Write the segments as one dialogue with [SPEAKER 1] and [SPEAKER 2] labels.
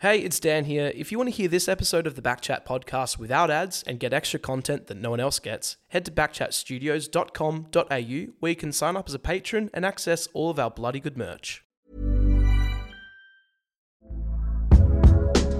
[SPEAKER 1] Hey, it's Dan here. If you want to hear this episode of the Backchat podcast without ads and get extra content that no one else gets, head to backchatstudios.com.au where you can sign up as a patron and access all of our bloody good merch.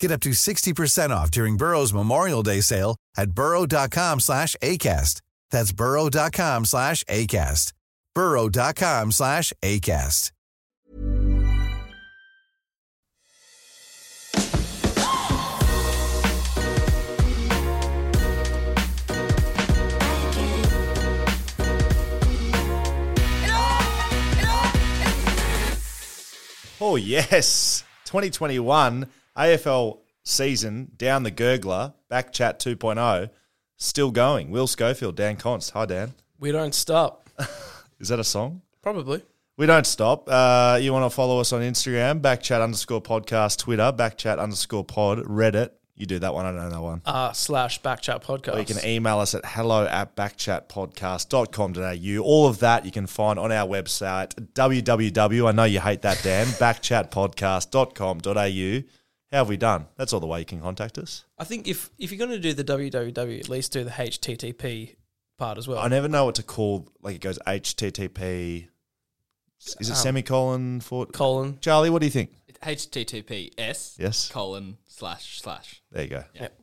[SPEAKER 2] Get up to 60% off during Burrow's Memorial Day sale at burrow.com slash ACAST. That's burrow.com slash ACAST. burrow.com slash ACAST.
[SPEAKER 3] Oh, yes. 2021 AFL season down the gurgler, back chat 2.0, still going. Will Schofield, Dan Const. Hi, Dan.
[SPEAKER 1] We don't stop.
[SPEAKER 3] Is that a song?
[SPEAKER 1] Probably.
[SPEAKER 3] We don't stop. Uh, you want to follow us on Instagram, backchat underscore podcast, Twitter, backchat underscore pod, Reddit. You do that one. I don't know that one.
[SPEAKER 1] Uh, slash Backchat podcast.
[SPEAKER 3] Or you can e- email us at hello at backchatpodcast.com.au. All of that you can find on our website, www. I know you hate that, Dan, backchatpodcast.com.au. How have we done? That's all the way you can contact us.
[SPEAKER 1] I think if, if you're going to do the www, at least do the HTTP part as well.
[SPEAKER 3] I never know what to call, like it goes HTTP. Is it semicolon for
[SPEAKER 1] Colon.
[SPEAKER 3] Charlie, what do you think?
[SPEAKER 4] HTTPS
[SPEAKER 3] Yes.
[SPEAKER 4] colon slash slash.
[SPEAKER 3] There you go.
[SPEAKER 4] Yeah.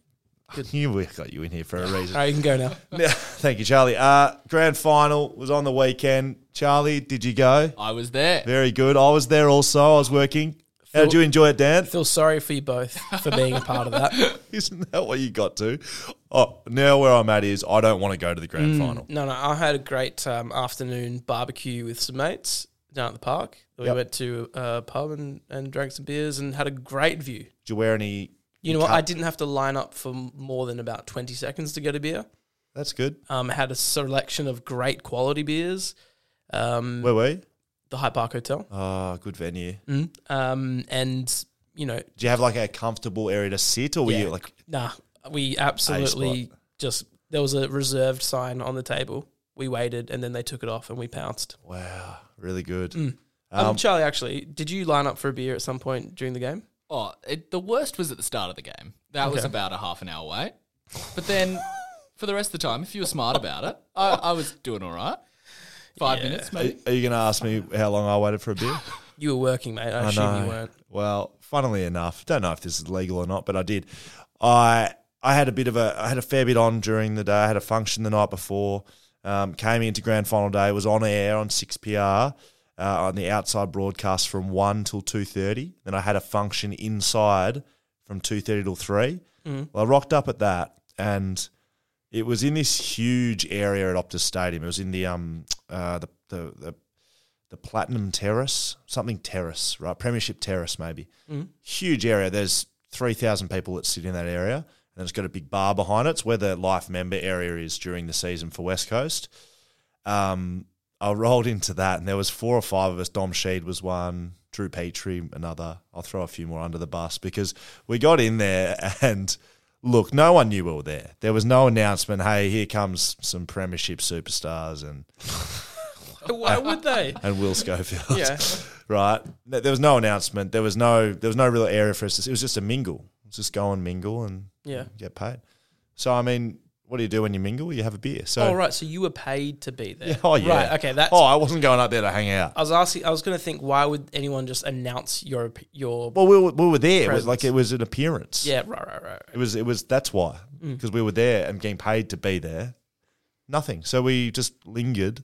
[SPEAKER 3] You, we got you in here for a reason.
[SPEAKER 1] All right, you can go now.
[SPEAKER 3] Thank you, Charlie. Uh, grand final was on the weekend. Charlie, did you go?
[SPEAKER 4] I was there.
[SPEAKER 3] Very good. I was there also. I was working. How did you enjoy it, Dan?
[SPEAKER 1] Feel sorry for you both for being a part of that.
[SPEAKER 3] Isn't that what you got to? Oh, now where I'm at is I don't want to go to the grand final.
[SPEAKER 1] No, no, I had a great um, afternoon barbecue with some mates down at the park. We
[SPEAKER 3] Yep.
[SPEAKER 1] went to a pub and, and drank some beers and had a great view.
[SPEAKER 3] Did you wear any?
[SPEAKER 1] You know what? I didn't have to line up for more than about 20 seconds to get a beer.
[SPEAKER 3] That's good.
[SPEAKER 1] Um, I had a selection of great quality beers. Um,
[SPEAKER 3] Where were you?
[SPEAKER 1] the Hyde Park Hotel.
[SPEAKER 3] Ah, good venue.
[SPEAKER 1] Um, and, you know,
[SPEAKER 3] Did you have like a comfortable area to sit, or were
[SPEAKER 1] yeah,
[SPEAKER 3] you like
[SPEAKER 1] nah, we absolutely just, there was a reserved sign on the table. We waited and then they took it off and we pounced.
[SPEAKER 3] wow, really good?
[SPEAKER 1] Um, Charlie, actually, did you line up for a beer at some point during the game?
[SPEAKER 4] Oh, it, the worst was at the start of the game. That was
[SPEAKER 1] Okay.
[SPEAKER 4] about a half an hour wait. But then for the rest of the time, if you were smart about it, I, I was doing all right. Five minutes,
[SPEAKER 3] Are,
[SPEAKER 4] maybe.
[SPEAKER 3] are you going to ask me how long I waited for a beer?
[SPEAKER 1] You were working, mate. I,
[SPEAKER 3] I
[SPEAKER 1] assume
[SPEAKER 3] know.
[SPEAKER 1] you weren't.
[SPEAKER 3] Well, funnily enough, don't know if this is legal or not, but I did. I I had a bit of a I had a fair bit on during the day. I had a function the night before. Um, came into grand final day. Was on air on six PR uh, on the outside broadcast from one till two thirty. Then I had a function inside from two thirty till three.
[SPEAKER 1] Mm.
[SPEAKER 3] Well, I rocked up at that, and it was in this huge area at Optus Stadium. It was in the um uh, the the, the the Platinum Terrace, something Terrace, right? Premiership Terrace, maybe. Huge area. There's 3,000 people that sit in that area. And it's got a big bar behind it. It's where the life member area is during the season for West Coast. Um, I rolled into that, and there was four or five of us. Dom Sheed was one, Drew Petrie another. I'll throw a few more under the bus because we got in there, and look, no one knew we were there. There was no announcement. Hey, here comes some Premiership superstars, and
[SPEAKER 1] Why would they?
[SPEAKER 3] and Will Schofield.
[SPEAKER 1] Yeah.
[SPEAKER 3] right. No, There was no announcement. There was no there was no real area for us. to- It was just a mingle. It was just go and mingle and
[SPEAKER 1] Yeah.
[SPEAKER 3] get paid. So I mean, what do you do when you mingle? You have a beer. So
[SPEAKER 5] Oh right, so you were paid to be there.
[SPEAKER 3] Yeah, oh yeah.
[SPEAKER 5] Right. Okay. That's. Oh.
[SPEAKER 3] Oh, I wasn't going up there to hang out.
[SPEAKER 5] I was asking. I was going to think. Why would anyone just announce your op- your?
[SPEAKER 3] Well, we were, we were there. It was
[SPEAKER 5] Presence.
[SPEAKER 3] like it was an appearance.
[SPEAKER 5] Yeah. Mm. Right. Right. Right.
[SPEAKER 3] It was. It was. That's why because we were there and getting paid to be there. Nothing. So we just lingered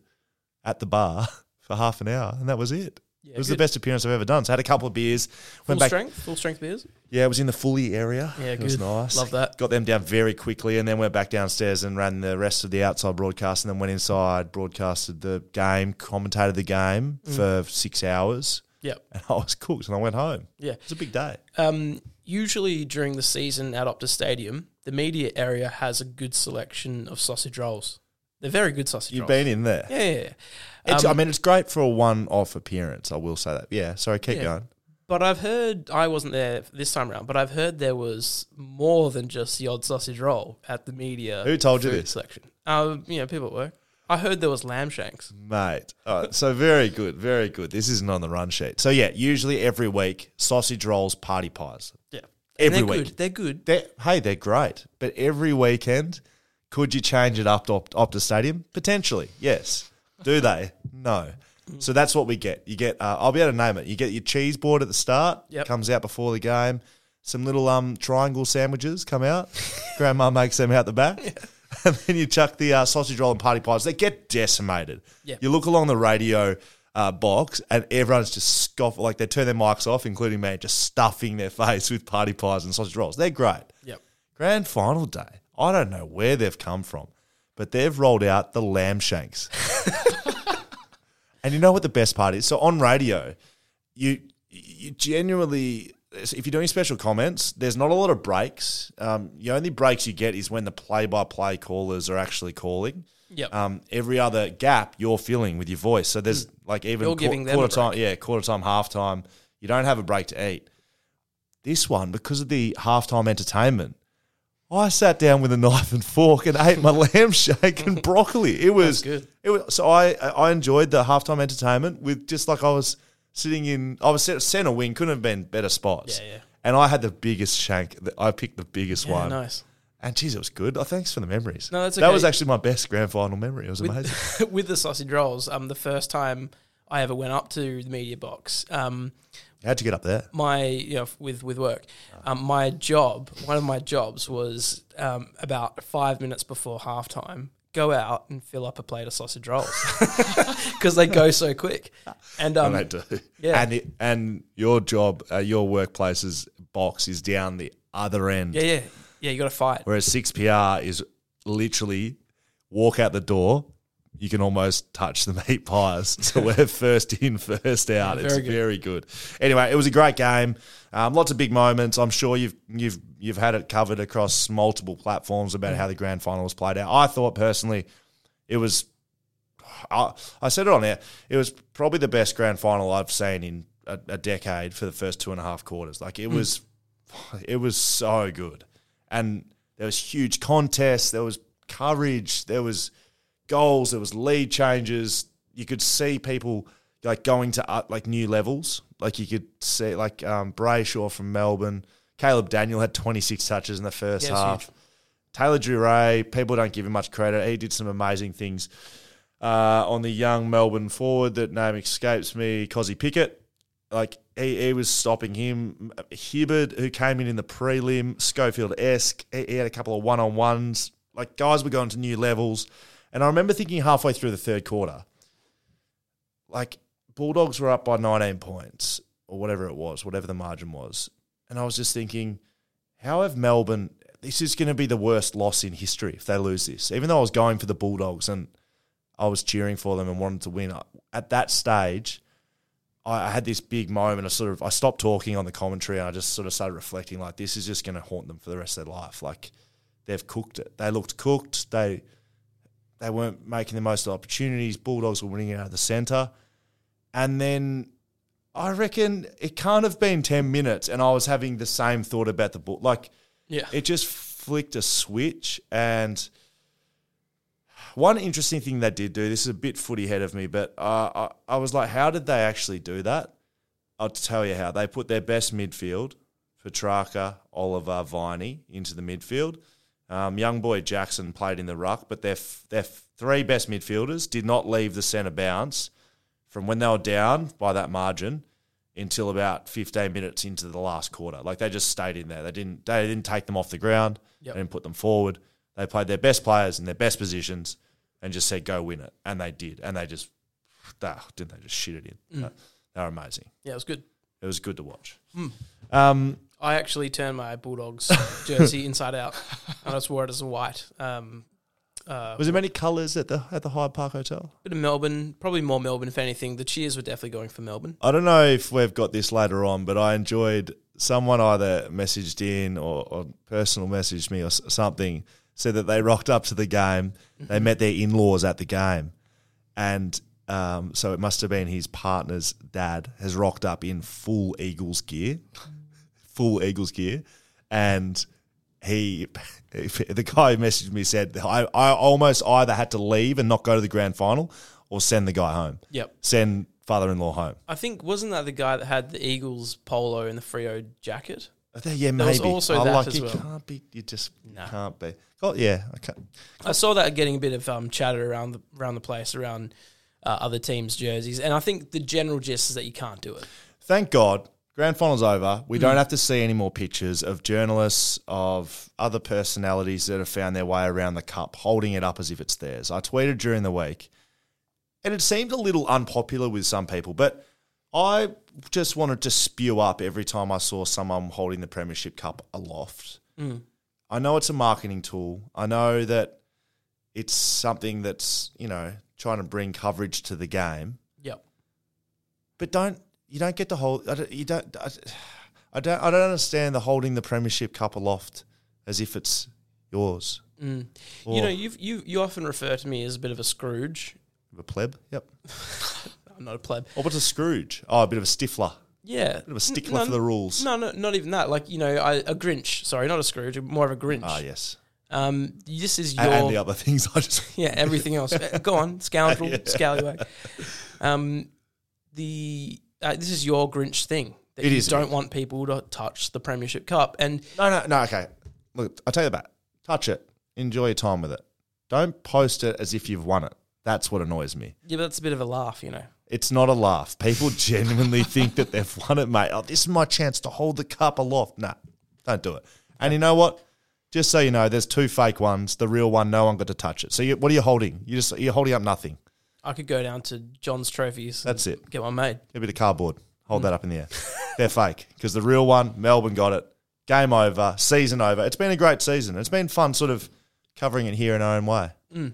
[SPEAKER 3] at the bar for half an hour, and that was it. it was the
[SPEAKER 5] good.
[SPEAKER 3] best appearance I've ever done. So I had a couple of beers.
[SPEAKER 5] Full
[SPEAKER 3] Went back.
[SPEAKER 5] strength. Full strength beers.
[SPEAKER 3] Yeah, it was in the Fully area.
[SPEAKER 5] Yeah,
[SPEAKER 3] it was
[SPEAKER 5] good.
[SPEAKER 3] nice.
[SPEAKER 5] Love that.
[SPEAKER 3] Got them down very quickly, and then went back downstairs and ran the rest of the outside broadcast, and then went inside, broadcasted the game, commentated the game
[SPEAKER 5] Mm.
[SPEAKER 3] for six hours,
[SPEAKER 5] Yep.
[SPEAKER 3] and I was cooked, and I went home.
[SPEAKER 5] Yeah.
[SPEAKER 3] It was a big day.
[SPEAKER 5] Um, usually during the season at Optus Stadium, the media area has a good selection of sausage rolls. They're very good sausage
[SPEAKER 3] You've
[SPEAKER 5] rolls.
[SPEAKER 3] been in there.
[SPEAKER 5] Yeah, yeah, yeah.
[SPEAKER 3] It's,
[SPEAKER 5] Um,
[SPEAKER 3] I mean, it's great for a one-off appearance. I will say that. Yeah. Sorry, keep
[SPEAKER 5] Yeah.
[SPEAKER 3] going.
[SPEAKER 5] But I've heard I wasn't there this time around, but I've heard there was more than just the odd sausage roll at the media.
[SPEAKER 3] Who told you
[SPEAKER 5] food
[SPEAKER 3] this?
[SPEAKER 5] selection? Um, you know, people at work. I heard there was lamb shanks.
[SPEAKER 3] Mate. All right, so very good, very good. This isn't on the run sheet. So yeah, usually every week, sausage rolls, party pies.
[SPEAKER 5] Yeah,
[SPEAKER 3] Every
[SPEAKER 5] they're
[SPEAKER 3] week.
[SPEAKER 5] Good. They're good.
[SPEAKER 3] They're, hey, they're great. But every weekend, could you change it up to Opt- Optus Stadium? Potentially, yes. Do they? No. So that's what we get. You get. Uh, I'll be able to name it. You get your cheese board at the start.
[SPEAKER 5] Yep.
[SPEAKER 3] Comes out before the game. Some little um triangle sandwiches come out. Grandma makes them out the back. And then you chuck the uh, sausage roll and party pies. They get decimated.
[SPEAKER 5] Yep.
[SPEAKER 3] You look along the radio uh, box, and everyone's just scoff like they turn their mics off, including me, just stuffing their face with party pies and sausage rolls. They're great.
[SPEAKER 5] Yep.
[SPEAKER 3] Grand final day. I don't know where they've come from, but they've rolled out the lamb shanks. and you know what the best part is? So on radio, you you genuinely if you're doing special comments, there's not a lot of breaks. Um, the only breaks you get is when the play-by-play callers are actually calling.
[SPEAKER 5] Yep. Mm.
[SPEAKER 3] Um, every other gap you're filling with your voice. So there's like even
[SPEAKER 5] You're giving them
[SPEAKER 3] quarter
[SPEAKER 5] a
[SPEAKER 3] time, yeah, quarter time, half time. You don't have a break to eat. This one, because of the halftime entertainment, I sat down with a knife and fork and ate my lamb shake and broccoli. It was
[SPEAKER 5] good.
[SPEAKER 3] It was so I I enjoyed the halftime entertainment with just like I was sitting in. I was set- center wing, couldn't have been better spots.
[SPEAKER 5] Yeah, yeah.
[SPEAKER 3] And I had the biggest shank. that- I picked the biggest
[SPEAKER 5] Yeah,
[SPEAKER 3] one.
[SPEAKER 5] nice.
[SPEAKER 3] And geez, it was good. Oh, thanks for the memories.
[SPEAKER 5] No, that's
[SPEAKER 3] That
[SPEAKER 5] okay.
[SPEAKER 3] was actually my best grand final memory. It was amazing.
[SPEAKER 5] with, with the sausage rolls, um, the first time I ever went up to the media box, um,
[SPEAKER 3] How'd you get up there?
[SPEAKER 5] my you know, with with work, um, my job, one of my jobs was um, about five minutes before halftime, go out and fill up a plate of sausage rolls because they go so quick, and um,
[SPEAKER 3] I do.
[SPEAKER 5] yeah.
[SPEAKER 3] And it, and your job, uh, your workplace's box is down the other end.
[SPEAKER 5] yeah, yeah, yeah, you got to fight.
[SPEAKER 3] Whereas six PR is literally walk out the door. You can almost touch the meat pies. So we're first in, first out. it's
[SPEAKER 5] Very good.
[SPEAKER 3] very good. Anyway, it was a great game. Um, lots of big moments. I'm sure you've you've you've had it covered across multiple platforms about how the grand final was played out. I thought personally, it was. I, I said it on air. It was probably the best grand final I've seen in a, a decade for the first two and a half quarters. Like
[SPEAKER 5] Hmm.
[SPEAKER 3] it was, it was so good, and there was huge contests. There was courage. There was goals. There was lead changes. You could see people like going to uh, like new levels. Like you could see like um, Brayshaw from Melbourne. Caleb Daniel had 26 touches in the first
[SPEAKER 5] Yeah, it was
[SPEAKER 3] half.
[SPEAKER 5] huge.
[SPEAKER 3] Taylor Duray, people don't give him much credit. He did some amazing things uh, on the young Melbourne forward that name escapes me, Cozzy Pickett. Like he, he was stopping him. Hibbard, who came in in the prelim, Schofield esque. He, he had a couple of one on ones. Like guys were going to new levels, and I remember thinking halfway through the third quarter, like Bulldogs were up by 19 points or whatever it was, whatever the margin was, and I was just thinking, how have Melbourne? This is going to be the worst loss in history if they lose this. Even though I was going for the Bulldogs and I was cheering for them and wanted to win. I- At that stage, I I had this big moment. I sort of I stopped talking on the commentary and I just sort of started reflecting. Like this is just going to haunt them for the rest of their life. Like they've cooked it. They looked cooked. They they weren't making the most of the opportunities. Bulldogs were winning it out of the centre, and then I reckon it can't have been ten minutes. And I was having the same thought about the bull. Like
[SPEAKER 5] Yeah,
[SPEAKER 3] it just flicked a switch and one interesting thing they did do this is a bit footy head of me but uh, I, I was like how did they actually do that i'll tell you how they put their best midfield petrarca oliver viney into the midfield Um, young boy Jackson played in the ruck, but their f- their f- three best midfielders did not leave the centre bounce from when they were down by that margin until about 15 minutes into the last quarter. Like they just stayed in there. They didn't they didn't take them off the ground.
[SPEAKER 5] Yep.
[SPEAKER 3] They didn't put them forward. They played their best players in their best positions and just said go win it, and they did. And they just ah, didn't they just shit it in. They were amazing.
[SPEAKER 5] Yeah, it was good.
[SPEAKER 3] It was good to watch. Um,
[SPEAKER 5] I actually turned my Bulldogs jersey inside out, and I just wore it as a white. Um, uh,
[SPEAKER 3] was there many colours at the at the Hyde Park Hotel?
[SPEAKER 5] bit of Melbourne, probably more Melbourne if anything. The cheers were definitely going for Melbourne.
[SPEAKER 3] I don't know if we've got this later on, but I enjoyed someone either messaged in or, or personal messaged me or s- something said that they rocked up to the game. They met their in laws at the game. And um, so it must have been his partner's dad has rocked up in full Eagles gear, full Eagles gear. And he, the guy who messaged me said, I, I almost either had to leave and not go to the grand final or send the guy home,
[SPEAKER 5] Yep.
[SPEAKER 3] send father in law home.
[SPEAKER 5] I think wasn't that the guy that had the Eagles polo and the Frio jacket?
[SPEAKER 3] I think, yeah,
[SPEAKER 5] There
[SPEAKER 3] maybe.
[SPEAKER 5] was also
[SPEAKER 3] I
[SPEAKER 5] that
[SPEAKER 3] like
[SPEAKER 5] as
[SPEAKER 3] you
[SPEAKER 5] well.
[SPEAKER 3] can't be. You just can't be. Oh yeah, I can't.
[SPEAKER 5] I saw that getting a bit of um, chatter around the around the place around uh, other teams' jerseys, and I think the general gist is that you can't do it.
[SPEAKER 3] Thank God, grand final's over. We
[SPEAKER 5] Hmm.
[SPEAKER 3] don't have to see any more pictures of journalists of other personalities that have found their way around the cup, holding it up as if it's theirs. I tweeted during the week, and it seemed a little unpopular with some people, but I just wanted to spew up every time I saw someone holding the Premiership Cup aloft.
[SPEAKER 5] Mm.
[SPEAKER 3] I know it's a marketing tool. I know that it's something that's, you know, trying to bring coverage to the game.
[SPEAKER 5] Yep.
[SPEAKER 3] But don't you don't get the whole I don't, you don't I, I don't I don't understand the holding the Premiership Cup aloft as if it's yours.
[SPEAKER 5] Mm. You know,
[SPEAKER 3] Or-
[SPEAKER 5] you you you often refer to me as a bit of a Scrooge.
[SPEAKER 3] A pleb, yep.
[SPEAKER 5] I'm not a pleb.
[SPEAKER 3] Or what's a Scrooge? Oh, a bit of a stifler,
[SPEAKER 5] Yeah,
[SPEAKER 3] a bit of a stickler for the rules.
[SPEAKER 5] No, no, not even that. Like you know, I, a Grinch. Sorry, not a Scrooge. More of a Grinch.
[SPEAKER 3] Ah, yes,
[SPEAKER 5] Um, this is your
[SPEAKER 3] and, and the other things I just
[SPEAKER 5] yeah, everything else. Uh, Go on, scoundrel, scallywag. Um, the uh, this is your Grinch thing. That
[SPEAKER 3] It
[SPEAKER 5] you
[SPEAKER 3] is.
[SPEAKER 5] Don't want people to touch the Premiership Cup, and
[SPEAKER 3] No, no, no. Okay, look, I will tell you that. Touch it, enjoy your time with it. Don't post it as if you've won it. That's what annoys me.
[SPEAKER 5] yeah, but that's a bit of a laugh, you know.
[SPEAKER 3] It's not a laugh. People genuinely think that they've won it, mate. Oh, this is my chance to hold the cup aloft. Nah, don't do it. And you know what? Just so you know, there's two fake ones. The real one, no one got to touch it. So you, what are you holding? You just you're holding up nothing.
[SPEAKER 5] I could go down to John's trophies. and
[SPEAKER 3] That's it.
[SPEAKER 5] Get one made.
[SPEAKER 3] A bit of cardboard. Hold
[SPEAKER 5] Hmm.
[SPEAKER 3] that up in the air. They're fake because the real one, Melbourne got it. Game over. Season over. It's been a great season. It's been fun, sort of covering it here in our own way.
[SPEAKER 5] Hmm.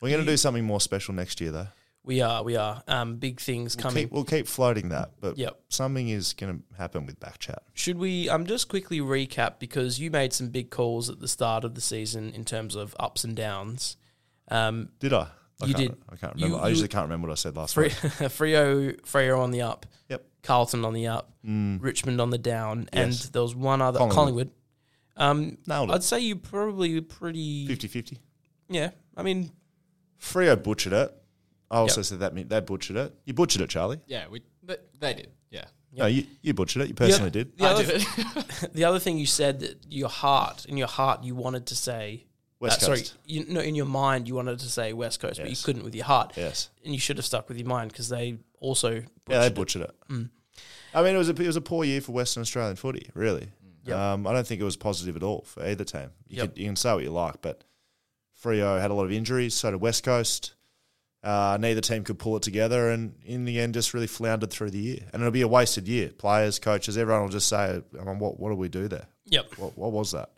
[SPEAKER 3] We're going to do something more special next year, though.
[SPEAKER 5] We are, we are. Um, big things coming.
[SPEAKER 3] Keep, we'll keep floating that, but
[SPEAKER 5] Yep.
[SPEAKER 3] something is going to happen with Backchat.
[SPEAKER 5] Should we um, just quickly recap because you made some big calls at the start of the season in terms of ups and downs. Um,
[SPEAKER 3] Did I? I
[SPEAKER 5] You
[SPEAKER 3] can't,
[SPEAKER 5] did.
[SPEAKER 3] I can't remember.
[SPEAKER 5] You-
[SPEAKER 3] I
[SPEAKER 5] you-
[SPEAKER 3] usually can't remember what I said last
[SPEAKER 5] Fre-
[SPEAKER 3] week.
[SPEAKER 5] Frio, Freo on the up,
[SPEAKER 3] Yep.
[SPEAKER 5] Carlton on the up,
[SPEAKER 3] Mm.
[SPEAKER 5] Richmond on the down,
[SPEAKER 3] Yes.
[SPEAKER 5] and there was one other Collingwood.
[SPEAKER 3] Collingwood.
[SPEAKER 5] Um,
[SPEAKER 3] Nailed
[SPEAKER 5] I'd
[SPEAKER 3] it.
[SPEAKER 5] say you probably were pretty
[SPEAKER 3] 50-50.
[SPEAKER 5] yeah. I mean,
[SPEAKER 3] Frio butchered it. I also
[SPEAKER 5] Yep.
[SPEAKER 3] said that me- they butchered it. You butchered it, Charlie.
[SPEAKER 4] Yeah, we th- they did. Yeah,
[SPEAKER 3] No, you, you butchered it. You personally did.
[SPEAKER 5] the
[SPEAKER 4] I
[SPEAKER 5] other,
[SPEAKER 4] did it.
[SPEAKER 5] the other thing you said that your heart, in your heart, you wanted to say
[SPEAKER 3] West
[SPEAKER 5] uh,
[SPEAKER 3] Coast.
[SPEAKER 5] Sorry, you, no, in your mind, you wanted to say West Coast, but you
[SPEAKER 3] Yes.
[SPEAKER 5] couldn't with your heart.
[SPEAKER 3] Yes.
[SPEAKER 5] and you should have stuck with your mind because they also
[SPEAKER 3] Yeah, they
[SPEAKER 5] butchered it.
[SPEAKER 3] butchered it. I mean, it was a it was a poor year for Western Australian footy, really. Um, I don't think it was positive at all for either team. You,
[SPEAKER 5] Yep.
[SPEAKER 3] can, you can say what you like, but Frio had a lot of injuries. So did West Coast. Uh, neither team could pull it together, and in the end, just really floundered through the year. And it'll be a wasted year. Players, coaches, everyone will just say, "I mean, what what did we do there?
[SPEAKER 5] Yep.
[SPEAKER 3] What what was that?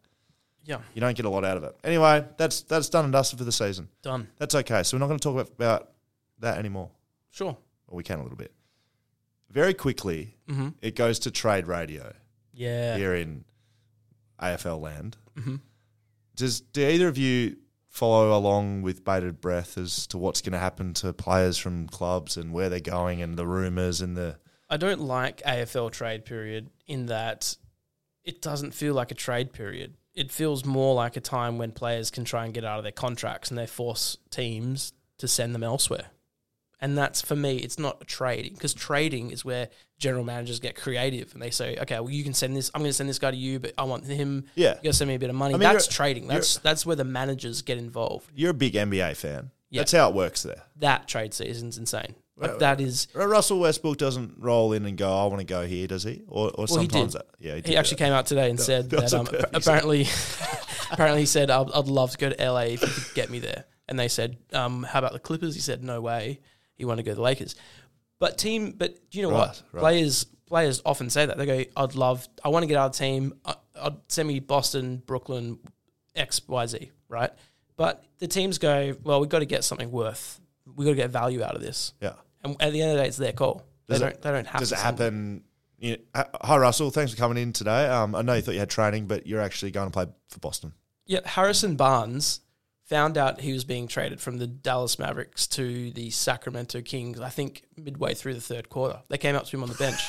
[SPEAKER 5] Yeah.
[SPEAKER 3] You don't get a lot out of it. Anyway, that's that's done and dusted for the season.
[SPEAKER 5] Done.
[SPEAKER 3] That's okay. So we're not going to talk about, about that anymore.
[SPEAKER 5] Sure.
[SPEAKER 3] Well, we can a little bit. Very quickly, it goes to trade radio
[SPEAKER 5] Mm-hmm. Yeah. Mm-hmm.
[SPEAKER 3] here in AFL land. Does do either of you follow along with bated breath as to what's going to happen to players from clubs and where they're going and the rumours and the
[SPEAKER 5] I don't like AFL trade period in that it doesn't feel like a trade period. It feels more like a time when players can try and get out of their contracts and they force teams to send them elsewhere. And that's for me, it's not trading because trading is where general managers get creative and they say, okay, well, you can send this. I'm going to send this guy to you, but I want him.
[SPEAKER 3] Yeah.
[SPEAKER 5] you got to send me a bit of money.
[SPEAKER 3] I mean,
[SPEAKER 5] that's
[SPEAKER 3] you're-
[SPEAKER 5] trading.
[SPEAKER 3] you're-
[SPEAKER 5] That's that's where the managers get involved.
[SPEAKER 3] You're a big NBA fan.
[SPEAKER 5] Yeah.
[SPEAKER 3] That's how it works there.
[SPEAKER 5] That trade season's insane. Like
[SPEAKER 3] Well,
[SPEAKER 5] that is.
[SPEAKER 3] Ru- Russell Westbrook doesn't roll in and go, I want to go here, does he? Or, or
[SPEAKER 5] Well, he
[SPEAKER 3] sometimes,
[SPEAKER 5] did.
[SPEAKER 3] that, yeah, he, did
[SPEAKER 5] He actually
[SPEAKER 3] do
[SPEAKER 5] came out today and said
[SPEAKER 3] that
[SPEAKER 5] that
[SPEAKER 3] was
[SPEAKER 5] um,
[SPEAKER 3] a perfect
[SPEAKER 5] apparently, apparently he said, I'd, "I'd love to go to LA if you could get me there." And they said, um, "How about the Clippers?" He said, "No way." He wanted to go to the Lakers, but team. But you know what?
[SPEAKER 3] Right, right.
[SPEAKER 5] Players players often say that they go, "I'd love, I want to get out of the team. I, I'd send me Boston, Brooklyn, X, Y, Z." Right? But the teams go, "Well, we've got to get something worth. We've got to get value out of this."
[SPEAKER 3] that. Yeah.
[SPEAKER 5] And at the end of the day, it's their call. They
[SPEAKER 3] Does it-
[SPEAKER 5] don't. they don't have.
[SPEAKER 3] Does
[SPEAKER 5] to
[SPEAKER 3] it
[SPEAKER 5] send-
[SPEAKER 3] happen? You know, uh, hi, Russell. Thanks for coming in today. Um, I know you thought you had training, but you're actually going to play for Boston.
[SPEAKER 5] Yeah, Harrison Barnes found out he was being traded from the Dallas Mavericks to the Sacramento Kings, I think midway through the third quarter. They came up to him on the bench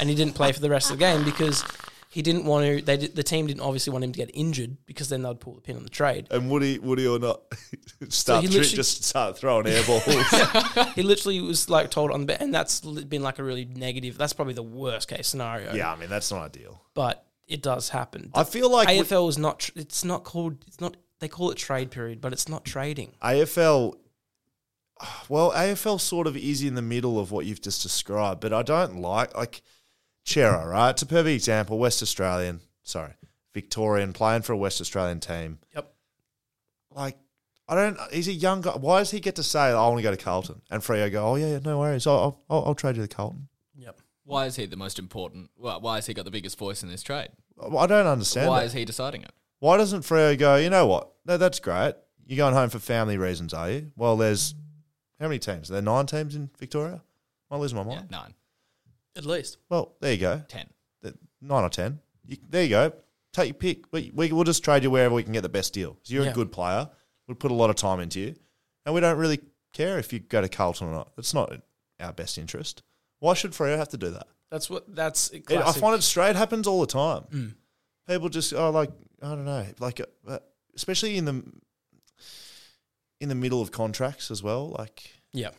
[SPEAKER 5] and he didn't play for the rest of the game because he didn't want to they did, the team didn't obviously want him to get injured because then they'd pull the pin on the trade.
[SPEAKER 3] And would he, would he or not start
[SPEAKER 5] he
[SPEAKER 3] tri-
[SPEAKER 5] literally-
[SPEAKER 3] just start throwing air balls?
[SPEAKER 5] He literally was like told on the bench and that's li- been like a really negative. That's probably the worst case scenario.
[SPEAKER 3] yeah, I mean that's not ideal.
[SPEAKER 5] But it does happen.
[SPEAKER 3] I feel like we-
[SPEAKER 5] AFL is not tr- it's not called it's not they call it trade period, but it's not trading.
[SPEAKER 3] AFL. Well, AFL sort of is in the middle of what you've just described, but I don't like like Chera, right? It's a perfect example. West Australian, sorry, Victorian, playing for a West Australian team.
[SPEAKER 5] Yep.
[SPEAKER 3] like I don't. He's a young guy. Why does he get to say I want to go to Carlton? And Freo go, oh yeah, yeah, no worries. I'll I'll, I'll trade you to Carlton.
[SPEAKER 5] Yep.
[SPEAKER 4] Why is he the most important? Why why has he got the biggest voice in this trade?
[SPEAKER 3] I don't understand.
[SPEAKER 4] Why
[SPEAKER 3] Why,
[SPEAKER 4] is he deciding it?
[SPEAKER 3] Why doesn't Freo go? You know what? No, that's great. You're going home for family reasons, are you? Well, there's how many teams? Are there nine teams in Victoria. I lose my
[SPEAKER 4] Yeah,
[SPEAKER 3] mind.
[SPEAKER 4] nine,
[SPEAKER 5] At least.
[SPEAKER 3] Well, there you go.
[SPEAKER 4] ten.
[SPEAKER 3] Th- Nine or ten. You, there you go. Take your pick. We, we we'll just trade you wherever we can get the best deal. 'Cause you're
[SPEAKER 5] Yeah.
[SPEAKER 3] a good player. We put a lot of time into you, and we don't really care if you go to Carlton or not. It's not in our best interest. Why should Freo have to do that?
[SPEAKER 5] That's what that's
[SPEAKER 3] It, I
[SPEAKER 5] classic. Mm.
[SPEAKER 3] find it straight happens all the time. People just are like, I don't know, like uh, especially in the in the middle of contracts as well. Like
[SPEAKER 5] yeah.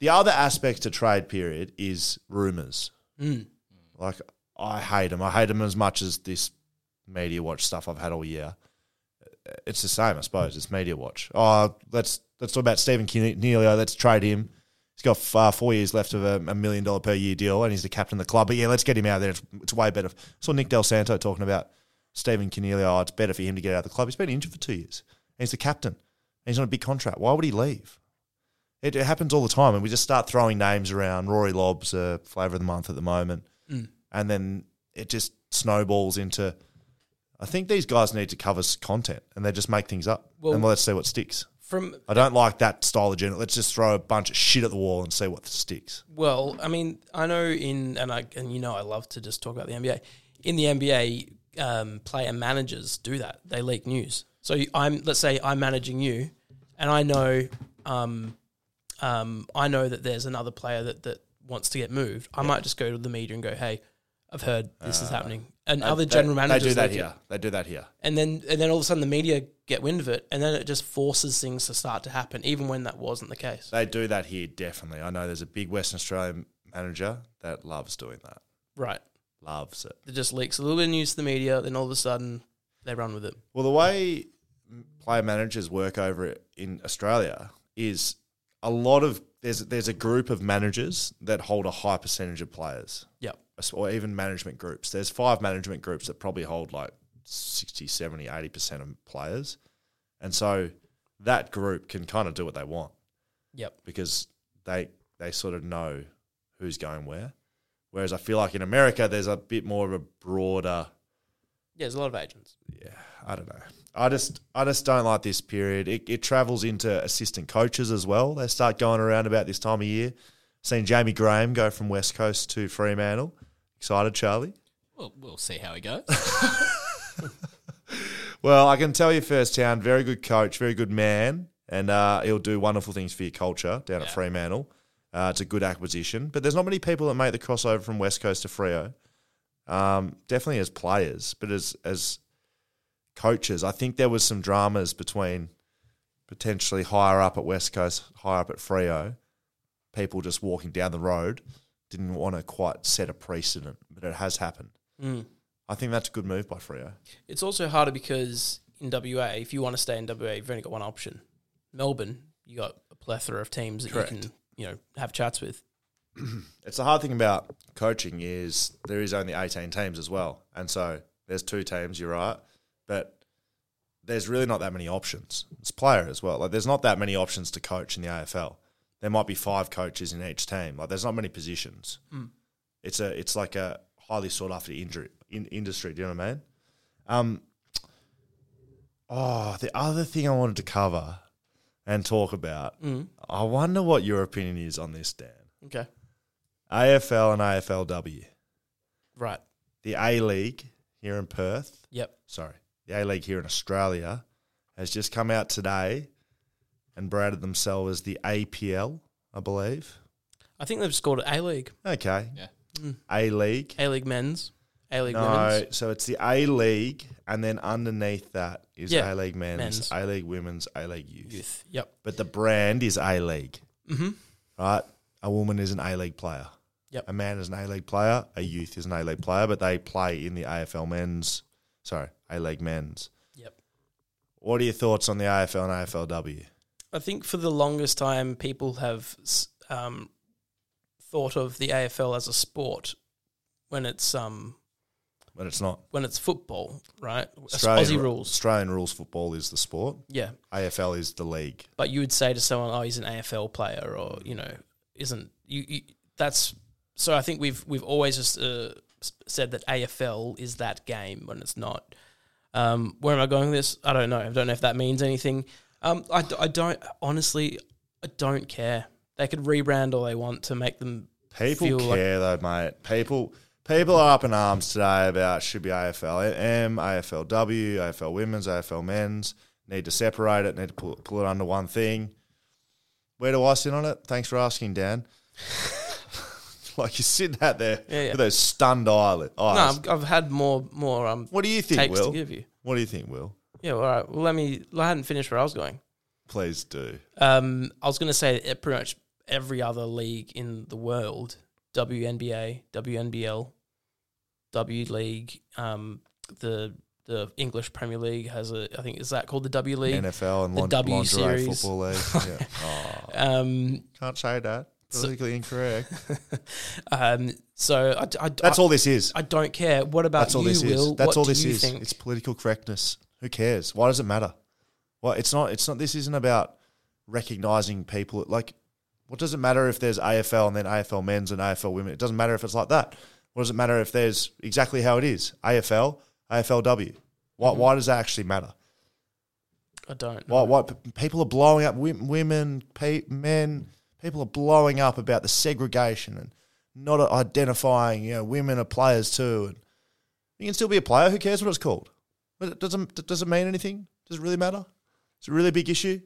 [SPEAKER 3] the other aspect to trade period is rumors.
[SPEAKER 5] Mm.
[SPEAKER 3] Like I hate them. I hate them as much as this media watch stuff I've had all year. It's the same, I suppose. It's media watch. Oh, let's let's talk about Stephen Cornelio. Let's trade him. He's got f- uh, four years left of a, a million dollar per year deal, and he's the captain of the club. But yeah, let's get him out of there. It's, it's way better. I saw Nick Del Santo talking about Stephen Cornelio. Oh, it's better for him to get out of the club. He's been injured for two years, and he's the captain. And he's on a big contract. Why would he leave? It, it happens all the time, and we just start throwing names around. Rory Lobb's a flavour of the month at the moment, and then it just snowballs into. I think these guys need to cover s- content, and they just make things up,
[SPEAKER 5] Well-
[SPEAKER 3] and let's see what sticks.
[SPEAKER 5] From
[SPEAKER 3] I don't like that style of journal. Let's just throw a bunch of shit at the wall and see what sticks.
[SPEAKER 5] well, I mean, I know in and I and you know I love to just talk about the NBA. In the NBA, um, player managers do that. They leak news. So you- I'm let's say I'm managing you, and I know, um, um, I know that there's another player that that wants to get moved. I might just go to the media and go, hey. I've heard this is happening, and other general managers
[SPEAKER 3] Uh, they do that
[SPEAKER 5] leak it.
[SPEAKER 3] here. They do that here.
[SPEAKER 5] and then and then all of a sudden the media get wind of it, and then it just forces things to start to happen, even when that wasn't the case.
[SPEAKER 3] They do that here definitely. I know there's a big Western Australian manager that loves doing that.
[SPEAKER 5] Right.
[SPEAKER 3] Loves it.
[SPEAKER 5] It just leaks a little bit of news to the media, then all of a sudden they run with it.
[SPEAKER 3] Well, the way player managers work over in Australia is a lot of there's there's a group of managers that hold a high percentage of players.
[SPEAKER 5] Yep.
[SPEAKER 3] or even management groups. There's five management groups that probably hold like 60, 70, 80% of players. And so that group can kind of do what they want
[SPEAKER 5] Yep.
[SPEAKER 3] because they they sort of know who's going where. Whereas I feel like in America there's a bit more of a broader
[SPEAKER 5] Yeah, there's a lot of agents.
[SPEAKER 3] I don't know. I just I just don't like this period. It, it travels into assistant coaches as well. They start going around about this time of year. Seen Jamie Graham go from West Coast to Fremantle. Excited, Charlie?
[SPEAKER 4] Well, we'll see how he goes.
[SPEAKER 3] Well, I can tell you firsthand, very good coach, very good man, and uh, he'll do wonderful things for your culture down at Fremantle. Uh, it's a good acquisition, but there's not many people that make the crossover from West Coast to Freo. Um, definitely as players, but as as coaches, I think there was some dramas between potentially higher up at West Coast, higher up at Freo, people just walking down the road. Didn't want to quite set a precedent, but it has happened.
[SPEAKER 5] Mm.
[SPEAKER 3] I think that's a good move by Frio.
[SPEAKER 5] It's also harder because in WA, if you want to stay in WA, you've only got one option. Melbourne, you got a plethora of teams that you can, you know, have chats with.
[SPEAKER 3] It's the hard thing about coaching is there is only 18 teams as well. And so there's two teams, you're right, but there's really not that many options. It's player as well. Like there's not that many options to coach in the AFL. There might be five coaches in each team. Like there's not many positions. It's a it's like a highly sought after injury in industry, do you know what I mean? Um Oh, the other thing I wanted to cover and talk about. I wonder what your opinion is on this, Dan.
[SPEAKER 5] Okay.
[SPEAKER 3] AFL and AFLW.
[SPEAKER 5] Right.
[SPEAKER 3] The A League here in Perth,
[SPEAKER 5] Yep.
[SPEAKER 3] sorry, the A League here in Australia has just come out today and branded themselves as the APL, I believe.
[SPEAKER 5] I think they've just called it A League.
[SPEAKER 3] Okay.
[SPEAKER 4] Yeah.
[SPEAKER 3] A League.
[SPEAKER 5] A League men's, A League
[SPEAKER 3] No,
[SPEAKER 5] women's.
[SPEAKER 3] so it's the A League, and then underneath that is A
[SPEAKER 5] Yeah,
[SPEAKER 3] League men's,
[SPEAKER 5] men's.
[SPEAKER 3] A League women's, A League youth.
[SPEAKER 5] Youth. Yep.
[SPEAKER 3] But the brand is A League. Mm-hmm. Right? A woman is an A League player.
[SPEAKER 5] Yep.
[SPEAKER 3] A man is an A League player. A youth is an A League player, but they play in the AFL men's, sorry, A League men's.
[SPEAKER 5] Yep.
[SPEAKER 3] What are your thoughts on the AFL and AFLW?
[SPEAKER 5] I think for the longest time, people have s- um, thought of the AFL as a sport when it's um,
[SPEAKER 3] But it's not.
[SPEAKER 5] when it's football, right? Aussie
[SPEAKER 3] ru-
[SPEAKER 5] rules.
[SPEAKER 3] Australian rules football is the sport.
[SPEAKER 5] Yeah.
[SPEAKER 3] AFL is the league.
[SPEAKER 5] but you would say to someone, "Oh, he's an AFL player," or you know, isn't you? you that's so. I think we've we've always just uh, s- said that AFL is that game when it's not. Um, where am I going with this? I don't know. I don't know if that means anything. Um, I, d- I don't honestly. I don't care. They could rebrand all they want to make them
[SPEAKER 3] People
[SPEAKER 5] feel like-
[SPEAKER 3] care though, mate. People people are up in arms today about should be AFL M, AFLW, AFL women's, AFL men's. Need to separate it, need to pull, pull it under one thing. Where do I sit on it? Thanks for asking, Dan. like you're sitting out there
[SPEAKER 5] yeah.
[SPEAKER 3] with those stunned eyelid-
[SPEAKER 5] no,
[SPEAKER 3] eyes.
[SPEAKER 5] I've, I've had more more um
[SPEAKER 3] what do you think,
[SPEAKER 5] takes
[SPEAKER 3] Will?
[SPEAKER 5] to give you.
[SPEAKER 3] What do you think, Will?
[SPEAKER 5] Yeah, all right. Well, let me. I hadn't finished where I was going.
[SPEAKER 3] Please do.
[SPEAKER 5] Um, I was going to say that pretty much every other league in the world, WNBA, WNBL, W League, um, the the English Premier League has a, I think, is that called the W League?
[SPEAKER 3] NFL and
[SPEAKER 5] the
[SPEAKER 3] lon-
[SPEAKER 5] W
[SPEAKER 3] lingerie
[SPEAKER 5] series.
[SPEAKER 3] football league. Yeah. Oh,
[SPEAKER 5] Um,
[SPEAKER 3] can't say that. Politically incorrect.
[SPEAKER 5] um, so I, d- I d-
[SPEAKER 3] That's
[SPEAKER 5] I-
[SPEAKER 3] all this is.
[SPEAKER 5] I don't care. What about
[SPEAKER 3] That's all
[SPEAKER 5] you,
[SPEAKER 3] this
[SPEAKER 5] Will?
[SPEAKER 3] is. That's
[SPEAKER 5] What
[SPEAKER 3] all
[SPEAKER 5] do
[SPEAKER 3] this
[SPEAKER 5] you
[SPEAKER 3] is.
[SPEAKER 5] think?
[SPEAKER 3] It's political correctness. Who cares? Why does it matter? Well, it's not. It's not. This isn't about recognizing people. Like, what does it matter if there's AFL and then AFL men's and AFL women? It doesn't matter if it's like that. What does it matter if there's exactly how it is? AFL, AFLW. Why?
[SPEAKER 5] Mm-hmm.
[SPEAKER 3] Why does that actually matter?
[SPEAKER 5] I don't.
[SPEAKER 3] Why? Why p- people are blowing up wom- women, pe- men. People are blowing up about the segregation and not identifying. You know, women are players too, and you can still be a player. Who cares what it's called? But it doesn't d- does it mean anything? Does it really matter? It's a really big issue.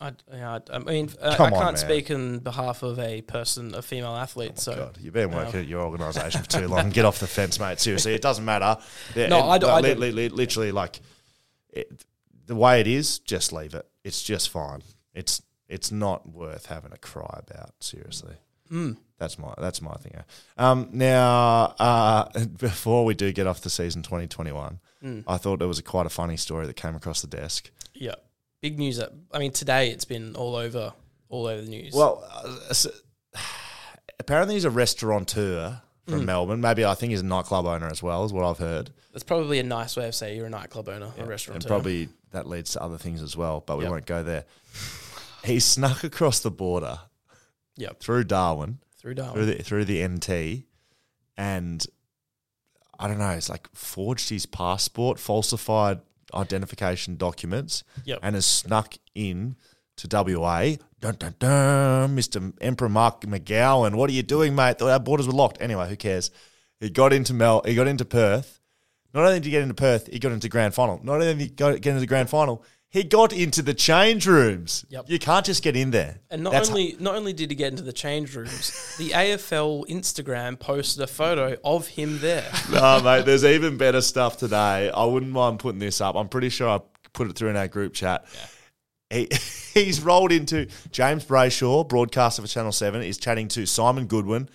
[SPEAKER 5] I, yeah, I I mean, uh, I
[SPEAKER 3] Come
[SPEAKER 5] can't
[SPEAKER 3] on, man. Oh
[SPEAKER 5] speak on behalf of a person, a female athlete. so
[SPEAKER 3] God, you've been working at your organisation for too long. Get off the fence, mate. Seriously, it doesn't matter. The-
[SPEAKER 5] No,
[SPEAKER 3] and
[SPEAKER 5] I don't- I
[SPEAKER 3] li-
[SPEAKER 5] don't-
[SPEAKER 3] li- li- literally, like it, the way it is, just leave it. It's just fine. It's it's not worth having a cry about. Seriously,
[SPEAKER 5] Hmm.
[SPEAKER 3] that's my that's my thing. Um, now, uh, before we do get off the season twenty twenty one,
[SPEAKER 5] Hmm.
[SPEAKER 3] I thought it was a, quite a funny story that came across the desk.
[SPEAKER 5] yeah, big news. That, I mean, today it's been all over, all over the news.
[SPEAKER 3] Well, uh, s- apparently he's a restaurateur from
[SPEAKER 5] Hmm.
[SPEAKER 3] Melbourne. Maybe I think he's a nightclub owner as well, is what I've heard.
[SPEAKER 5] That's probably a nice way of saying you're a nightclub owner, a restaurant.
[SPEAKER 3] and probably that leads to other things as well, but we
[SPEAKER 5] Yep.
[SPEAKER 3] won't go there. He snuck across the border
[SPEAKER 5] Yep.
[SPEAKER 3] through Darwin, through
[SPEAKER 5] through Darwin.
[SPEAKER 3] the through the NT, and I don't know. It's like forged his passport, falsified identification documents,
[SPEAKER 5] Yep.
[SPEAKER 3] and has snuck in to WA. Dun, dun, dun, Mr. Emperor Mark McGowan, what are you doing, mate? Our borders were locked. Anyway, who cares? He got into Mel. He got into Perth. Not only did he get into Perth, he got into grand final. Not only did he go- get into the grand final, he got into the change rooms.
[SPEAKER 5] Yep.
[SPEAKER 3] You can't just get in there.
[SPEAKER 5] and not
[SPEAKER 3] That's-
[SPEAKER 5] only not only did he get into the change rooms, the AFL Instagram posted a photo of him there.
[SPEAKER 3] no, mate, there's even better stuff today. I wouldn't mind putting this up. I'm pretty sure I put it through in our group chat. he, he's rolled into James Brayshaw, broadcaster for Channel 7, is chatting to Simon Goodwin.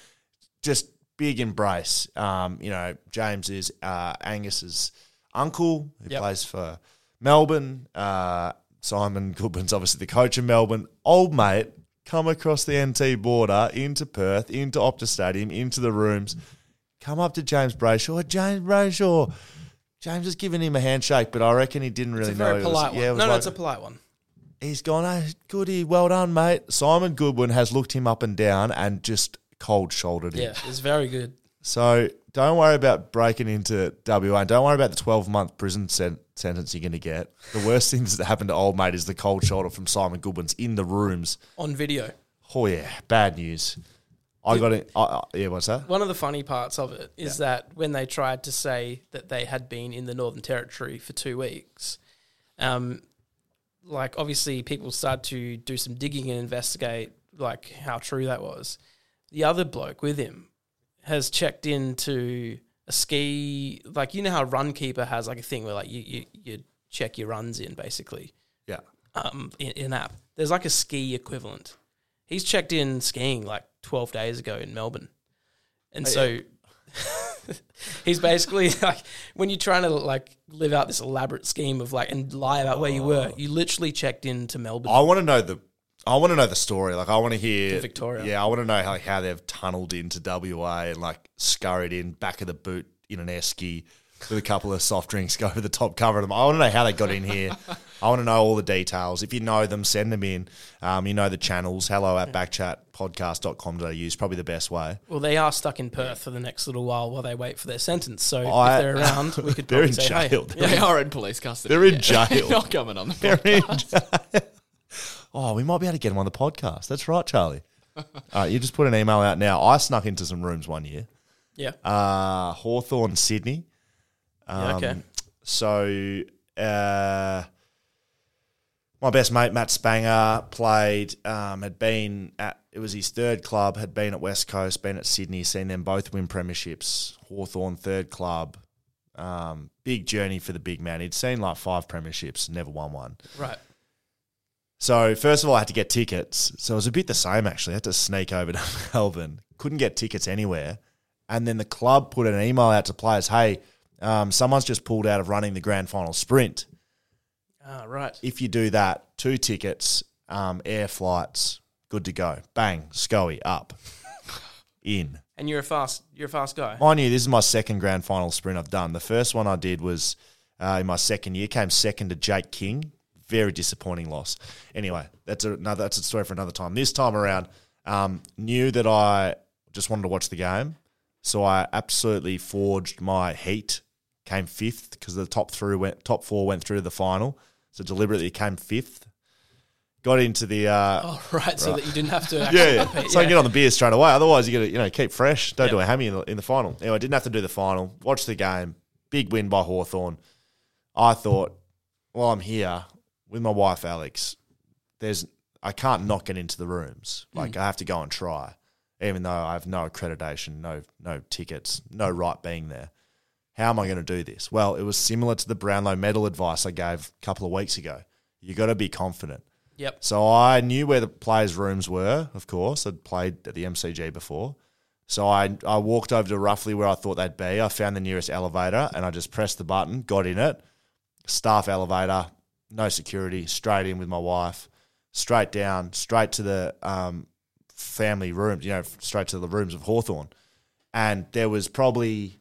[SPEAKER 3] Just big embrace. Um, you know, James is uh, Angus's uncle who
[SPEAKER 5] Yep.
[SPEAKER 3] plays for Melbourne. Uh, Simon Goodwin's obviously the coach of Melbourne. Old mate, come across the NT border into Perth, into Optus Stadium, into the rooms. Come up to James Brayshaw. James Brayshaw. James has given him a handshake, but I reckon he didn't really
[SPEAKER 5] It's a
[SPEAKER 3] know.
[SPEAKER 5] very
[SPEAKER 3] it was-
[SPEAKER 5] polite one.
[SPEAKER 3] yeah, it
[SPEAKER 5] No,
[SPEAKER 3] was
[SPEAKER 5] no,
[SPEAKER 3] like-
[SPEAKER 5] it's a polite one.
[SPEAKER 3] he's gone, oh, goody, well done, mate. Simon Goodwin has looked him up and down and just cold shouldered him.
[SPEAKER 5] Yeah, it's very good.
[SPEAKER 3] So don't worry about breaking into WA. and Don't worry about the 12 month prison sen- sentence you're going to get. The worst things that happened to old mate is the cold shoulder from Simon Goodwin's in the rooms.
[SPEAKER 5] On video.
[SPEAKER 3] Oh, yeah, bad news. I got it. I, I, yeah, what's that?
[SPEAKER 5] One of the funny parts of it is that when they tried to say that they had been in the Northern Territory for two weeks, um, like obviously people started to do some digging and investigate like how true that was. The other bloke with him has checked into a ski like you know how Runkeeper has like a thing where like you you, you check your runs in basically
[SPEAKER 3] Yeah.
[SPEAKER 5] um, in, in app. There's like a ski equivalent. He's checked in skiing like 12 days ago in Melbourne.
[SPEAKER 3] Oh,
[SPEAKER 5] And so he's basically like, when you're trying to like live out this elaborate scheme of like and lie about where you were, you literally checked into Melbourne.
[SPEAKER 3] Oh. I want to know the. I want to know the story. Like, I want to hear
[SPEAKER 5] To Victoria.
[SPEAKER 3] Yeah, I want to know how, how they've tunneled into WA and like scurried in back of the boot in an esky with a couple of soft drinks go over the top cover of them. I want to know how they got in here. I want to know all the details. If you know them, send them in. Um, you know the channels. Hello at backchatpodcast.com.au is probably the best way.
[SPEAKER 5] Well, they are stuck in Perth for the next little while while they wait for their sentence. So
[SPEAKER 3] I-
[SPEAKER 5] if they're around, we could
[SPEAKER 3] They're
[SPEAKER 5] probably
[SPEAKER 3] in
[SPEAKER 5] say, hey.
[SPEAKER 3] jail.
[SPEAKER 4] They are in police custody.
[SPEAKER 3] They're in
[SPEAKER 4] yeah.
[SPEAKER 3] jail.
[SPEAKER 4] Not coming on the
[SPEAKER 3] They're
[SPEAKER 4] podcast.
[SPEAKER 3] in jail. Oh, we might be able to get them on the podcast. That's right, Charlie. All right, you just put an email out now. I snuck into some rooms one year.
[SPEAKER 5] Yeah.
[SPEAKER 3] uh, Hawthorne, Sydney. Um,
[SPEAKER 5] yeah. Okay.
[SPEAKER 3] So uh, my best mate Matt Spanger played, um, had been at it was his third club, had been at West Coast, been at Sydney, seen them both win premierships. Hawthorn third club. Um, big journey for the big man. He'd seen like five premierships, never won one.
[SPEAKER 5] Right.
[SPEAKER 3] So first of all, I had to get tickets. So it was a bit the same actually. I had to sneak over to Melbourne. Couldn't get tickets anywhere. And then the club put an email out to players, "Hey, um, someone's just pulled out of running the grand final sprint.
[SPEAKER 5] Ah, right.
[SPEAKER 3] If you do that, two tickets, um, air flights, good to go. Bang, SCOE up, in."
[SPEAKER 5] And you're a fast, you're a fast guy.
[SPEAKER 3] Mind you, this is my second grand final sprint I've done. The first one I did was uh, in my second year, came second to Jake King. Very disappointing loss. Anyway, that's another that's a story for another time. This time around, um, knew that I just wanted to watch the game, so I absolutely forged my heat. Came fifth because the top three went top four went through to the final, so deliberately came fifth. Got into the uh,
[SPEAKER 5] Oh, right. So that you didn't have to.
[SPEAKER 3] yeah, yeah.
[SPEAKER 5] compete,
[SPEAKER 3] So I
[SPEAKER 5] yeah.
[SPEAKER 3] can get on the beer straight away. Otherwise, you got to you know keep fresh. Don't do a hammy in the, in the final. Anyway, I didn't have to do the final. Watch the game. Big win by Hawthorn. I thought, well, I'm here with my wife Alex. There's I can't not get into the rooms.
[SPEAKER 5] Hmm.
[SPEAKER 3] Like I have to go and try, even though I have no accreditation, no no tickets, no right being there. How am I going to do this? Well, it was similar to the Brownlow medal advice I gave a couple of weeks ago. You got to be confident.
[SPEAKER 5] Yep.
[SPEAKER 3] So I knew where the players' rooms were, of course. I'd played at the MCG before. So I, I walked over to roughly where I thought they'd be. I found the nearest elevator and I just pressed the button, got in it. Staff elevator, no security, straight in with my wife, straight down, straight to the um, family rooms, you know, straight to the rooms of Hawthorn. And there was probably,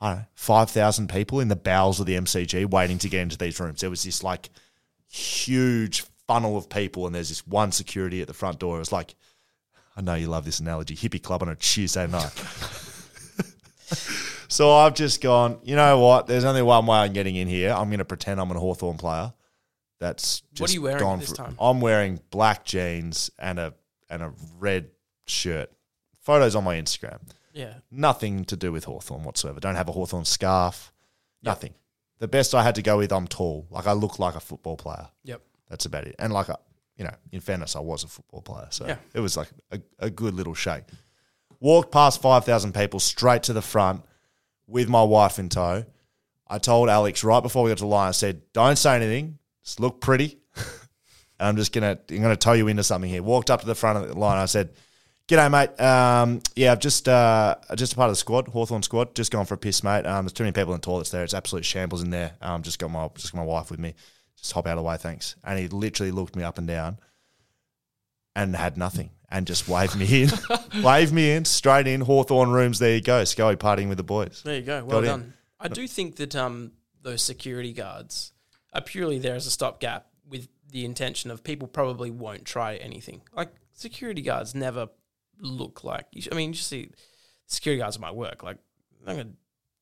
[SPEAKER 3] I don't know, 5,000 people in the bowels of the MCG waiting to get into these rooms. There was this like huge funnel of people, and there's this one security at the front door. It was like, I know you love this analogy, hippie club on a Tuesday night. so I've just gone, you know what? There's only one way I'm getting in here. I'm going to pretend I'm a Hawthorn player. That's just
[SPEAKER 5] What are you wearing
[SPEAKER 3] gone
[SPEAKER 5] this
[SPEAKER 3] for-
[SPEAKER 5] time?
[SPEAKER 3] I'm wearing black jeans and a and a red shirt. Photos on my Instagram.
[SPEAKER 5] Yeah.
[SPEAKER 3] Nothing to do with Hawthorn whatsoever. Don't have a Hawthorn scarf. Nothing. The best I had to go with, I'm tall. Like I look like a football player.
[SPEAKER 5] Yep.
[SPEAKER 3] That's about it. And like, I, you know, in fairness, I was a football player, so
[SPEAKER 5] Yeah.
[SPEAKER 3] it was like a, a good little shake. Walked past five thousand people straight to the front with my wife in tow. I told Alex right before we got to the line. I said, "Don't say anything. Just look pretty." And I'm just gonna I'm gonna tow you into something here. Walked up to the front of the line. I said, "G'day, mate. Um, yeah, I've just uh, just a part of the squad, Hawthorn squad. Just gone for a piss, mate. Um, there's too many people in toilets there. It's absolute shambles in there. Um, just got my just got my wife with me. Just hop out of the way, thanks." And he literally looked me up and down, and had nothing. And just waved me in, waved me in, straight in Hawthorn rooms. There you go, Scully partying with the boys.
[SPEAKER 5] There you go. Well
[SPEAKER 3] Got in.
[SPEAKER 5] done. I do think that um, those security guards are purely there as a stopgap with the intention of people probably won't try anything. Like security guards never look like. You should, I mean, you should see security guards at my work. Like they're not gonna,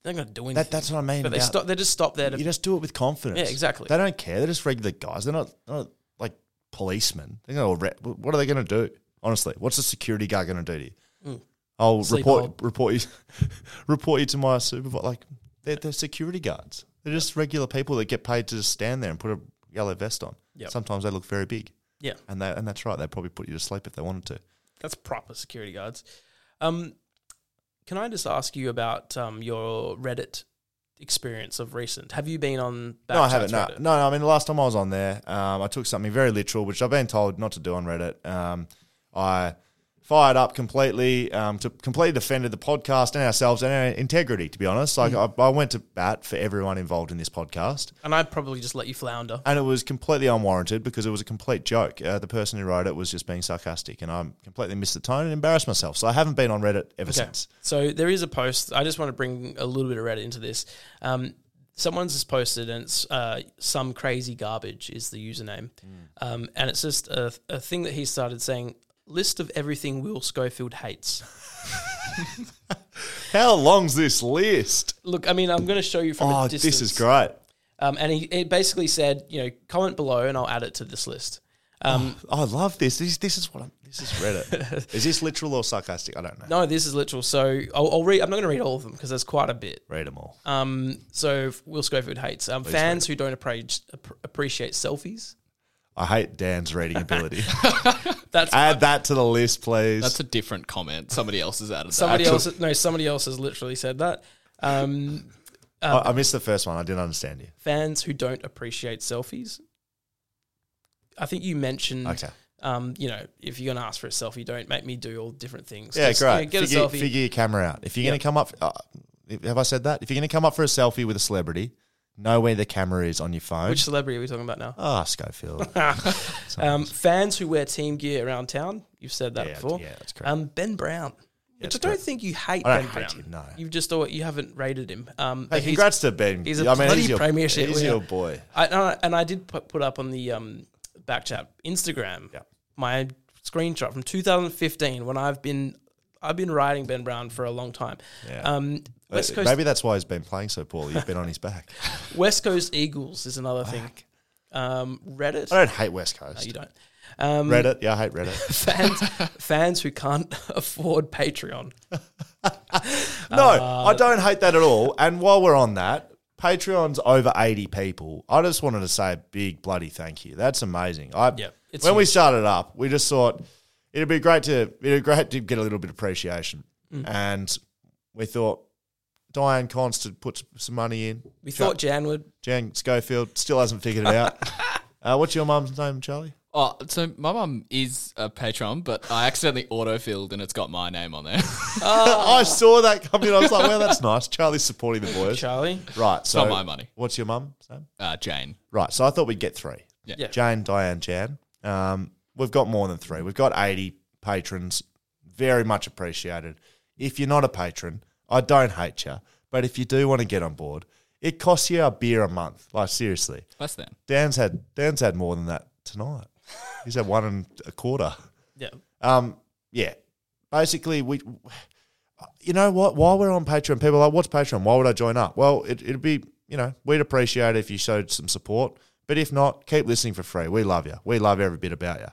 [SPEAKER 5] they're not gonna do anything.
[SPEAKER 3] That, that's what I mean.
[SPEAKER 5] but they
[SPEAKER 3] about-
[SPEAKER 5] stop. They just stop there to.
[SPEAKER 3] you just do it with confidence.
[SPEAKER 5] Yeah, exactly.
[SPEAKER 3] They don't care. They're just regular guys. They're not, they're not like policemen. They're gonna re- what are they going to do? Honestly, what's a security guard going to do to you? I'll
[SPEAKER 5] Mm. Sleep
[SPEAKER 3] report
[SPEAKER 5] hard.
[SPEAKER 3] report you report you to my supervisor. Like they're, they're security guards. They're just regular people that get paid to just stand there and put a yellow vest on.
[SPEAKER 5] Yep.
[SPEAKER 3] Sometimes they look very big,
[SPEAKER 5] yeah,
[SPEAKER 3] and they and that's right. They would probably put you to sleep if they wanted to.
[SPEAKER 5] that's proper security guards. Um, can I just ask you about um, your Reddit experience of recent? Have you been on?
[SPEAKER 3] no, I
[SPEAKER 5] Backchat's
[SPEAKER 3] haven't. No,
[SPEAKER 5] Reddit?
[SPEAKER 3] no, no, I mean, the last time I was on there, um, I took something very literal, which I've been told not to do on Reddit. Um, I fired up completely um, to completely defended the podcast and ourselves and our integrity. To be honest, like
[SPEAKER 5] Mm.
[SPEAKER 3] I, I went to bat for everyone involved in this podcast,
[SPEAKER 5] And I probably just let you flounder.
[SPEAKER 3] and it was completely unwarranted because it was a complete joke. Uh, the person who wrote it was just being sarcastic, and I completely missed the tone and embarrassed myself. So I haven't been on Reddit ever since.
[SPEAKER 5] So there is a post. I just want to bring a little bit of Reddit into this. Um, someone's just posted, and it's uh, some crazy garbage is the username,
[SPEAKER 3] Mm.
[SPEAKER 5] um, and it's just a, a thing that he started saying. List of everything Will Schofield hates.
[SPEAKER 3] How long's this list?
[SPEAKER 5] Look, I mean, I'm going to show you from
[SPEAKER 3] Oh,
[SPEAKER 5] a distance.
[SPEAKER 3] this is great.
[SPEAKER 5] Um, and he it basically said, you know, comment below, and I'll add it to this list. Um,
[SPEAKER 3] I love this. This this is what I'm. This is Reddit. is this literal or sarcastic? I don't know.
[SPEAKER 5] No, this is literal. So I'll, I'll read. I'm not going to read all of them because there's quite a bit.
[SPEAKER 3] Read them all.
[SPEAKER 5] Um, so Will Schofield hates um, fans who don't appre- ap- appreciate selfies.
[SPEAKER 3] I hate Dan's reading ability.
[SPEAKER 5] That's
[SPEAKER 3] Add that to the list, please.
[SPEAKER 4] That's a different comment. Somebody else has added
[SPEAKER 5] Somebody
[SPEAKER 4] that.
[SPEAKER 5] else, no, somebody else has literally said that. Um,
[SPEAKER 3] I, I missed the first one. I didn't understand you.
[SPEAKER 5] fans who don't appreciate selfies. I think you mentioned,
[SPEAKER 3] Okay.
[SPEAKER 5] um, you know, if you're gonna ask for a selfie, don't make me do all different things.
[SPEAKER 3] Yeah,
[SPEAKER 5] Just,
[SPEAKER 3] great.
[SPEAKER 5] you know, get
[SPEAKER 3] figure,
[SPEAKER 5] a selfie.
[SPEAKER 3] figure your camera out. If you're going to come up, uh, if- have I said that? If you're going to come up for a selfie with a celebrity, know where the camera is on your phone.
[SPEAKER 5] Which celebrity are we talking about now?
[SPEAKER 3] Ah, Schofield.
[SPEAKER 5] Um, fans who wear team gear around town. You've said that
[SPEAKER 3] Yeah,
[SPEAKER 5] before.
[SPEAKER 3] yeah, that's correct.
[SPEAKER 5] Um, ben Brown. Which
[SPEAKER 3] that's
[SPEAKER 5] I don't
[SPEAKER 3] correct.
[SPEAKER 5] think you hate
[SPEAKER 3] I
[SPEAKER 5] Ben
[SPEAKER 3] don't hate
[SPEAKER 5] Brown.
[SPEAKER 3] him, no.
[SPEAKER 5] You've just always, you haven't rated him. Um,
[SPEAKER 3] hey,
[SPEAKER 5] but he's-
[SPEAKER 3] congrats to Ben.
[SPEAKER 5] he's a
[SPEAKER 3] I mean,
[SPEAKER 5] bloody
[SPEAKER 3] he's your,
[SPEAKER 5] premiership
[SPEAKER 3] He's
[SPEAKER 5] winner.
[SPEAKER 3] your boy.
[SPEAKER 5] I, and I- and I did put, put up on the um, Backchat Instagram
[SPEAKER 3] Yeah.
[SPEAKER 5] my screenshot from 2015 when I've been I've been riding Ben Brown for a long time.
[SPEAKER 3] Yeah.
[SPEAKER 5] Um, West
[SPEAKER 3] Uh,
[SPEAKER 5] Coast
[SPEAKER 3] Maybe that's why he's been playing so poorly. You've been on his back.
[SPEAKER 5] West Coast Eagles is another thing. Um, Reddit,
[SPEAKER 3] I don't hate West
[SPEAKER 5] No,
[SPEAKER 3] Coast.
[SPEAKER 5] you don't. Um,
[SPEAKER 4] Mm.
[SPEAKER 3] Reddit. Yeah, I hate Reddit.
[SPEAKER 5] fans fans who can't afford Patreon.
[SPEAKER 3] No,
[SPEAKER 4] Uh,
[SPEAKER 3] I don't hate that at all. And while we're on that, Patreon's over 80 people. I just wanted to say a big bloody thank you. That's amazing. I,
[SPEAKER 5] Yeah, it's
[SPEAKER 3] when we started up, we just thought it'd be great to it'd be great to get a little bit of appreciation.
[SPEAKER 4] Mm.
[SPEAKER 3] And we thought Diane Constant put s- some money in.
[SPEAKER 5] We thought Jan would.
[SPEAKER 3] Jan Schofield still hasn't figured it out. uh, what's your mum's name, Charlie?
[SPEAKER 4] Oh, so my mum is a Patreon, but I accidentally autofilled and it's got my name on there.
[SPEAKER 3] I saw that coming. I was like, well, that's nice. Charlie's supporting the boys.
[SPEAKER 5] Charlie.
[SPEAKER 3] Right. So
[SPEAKER 4] not my money.
[SPEAKER 3] What's your mum's name?
[SPEAKER 4] Uh, Jane.
[SPEAKER 3] Right. So I thought we'd get three.
[SPEAKER 4] Yeah.
[SPEAKER 5] Yeah.
[SPEAKER 3] Jane, Diane, Jan. Um, we've got more than three. We've got 80 patrons. Very much appreciated. If you're not a patron, I don't hate you. But if you do want to get on board, it costs you a beer a month. Like, seriously.
[SPEAKER 4] Less than.
[SPEAKER 3] Dan's had, Dan's had more than that tonight. He's had one and a quarter.
[SPEAKER 5] Yeah.
[SPEAKER 3] Um, yeah. Basically, we. You know what? While we're on Patreon, people are like, "What's Patreon? Why would I join up?" Well, it, it'd be you know we'd appreciate it if you showed some support, but if not, keep listening for free. We love you. We love every bit about you.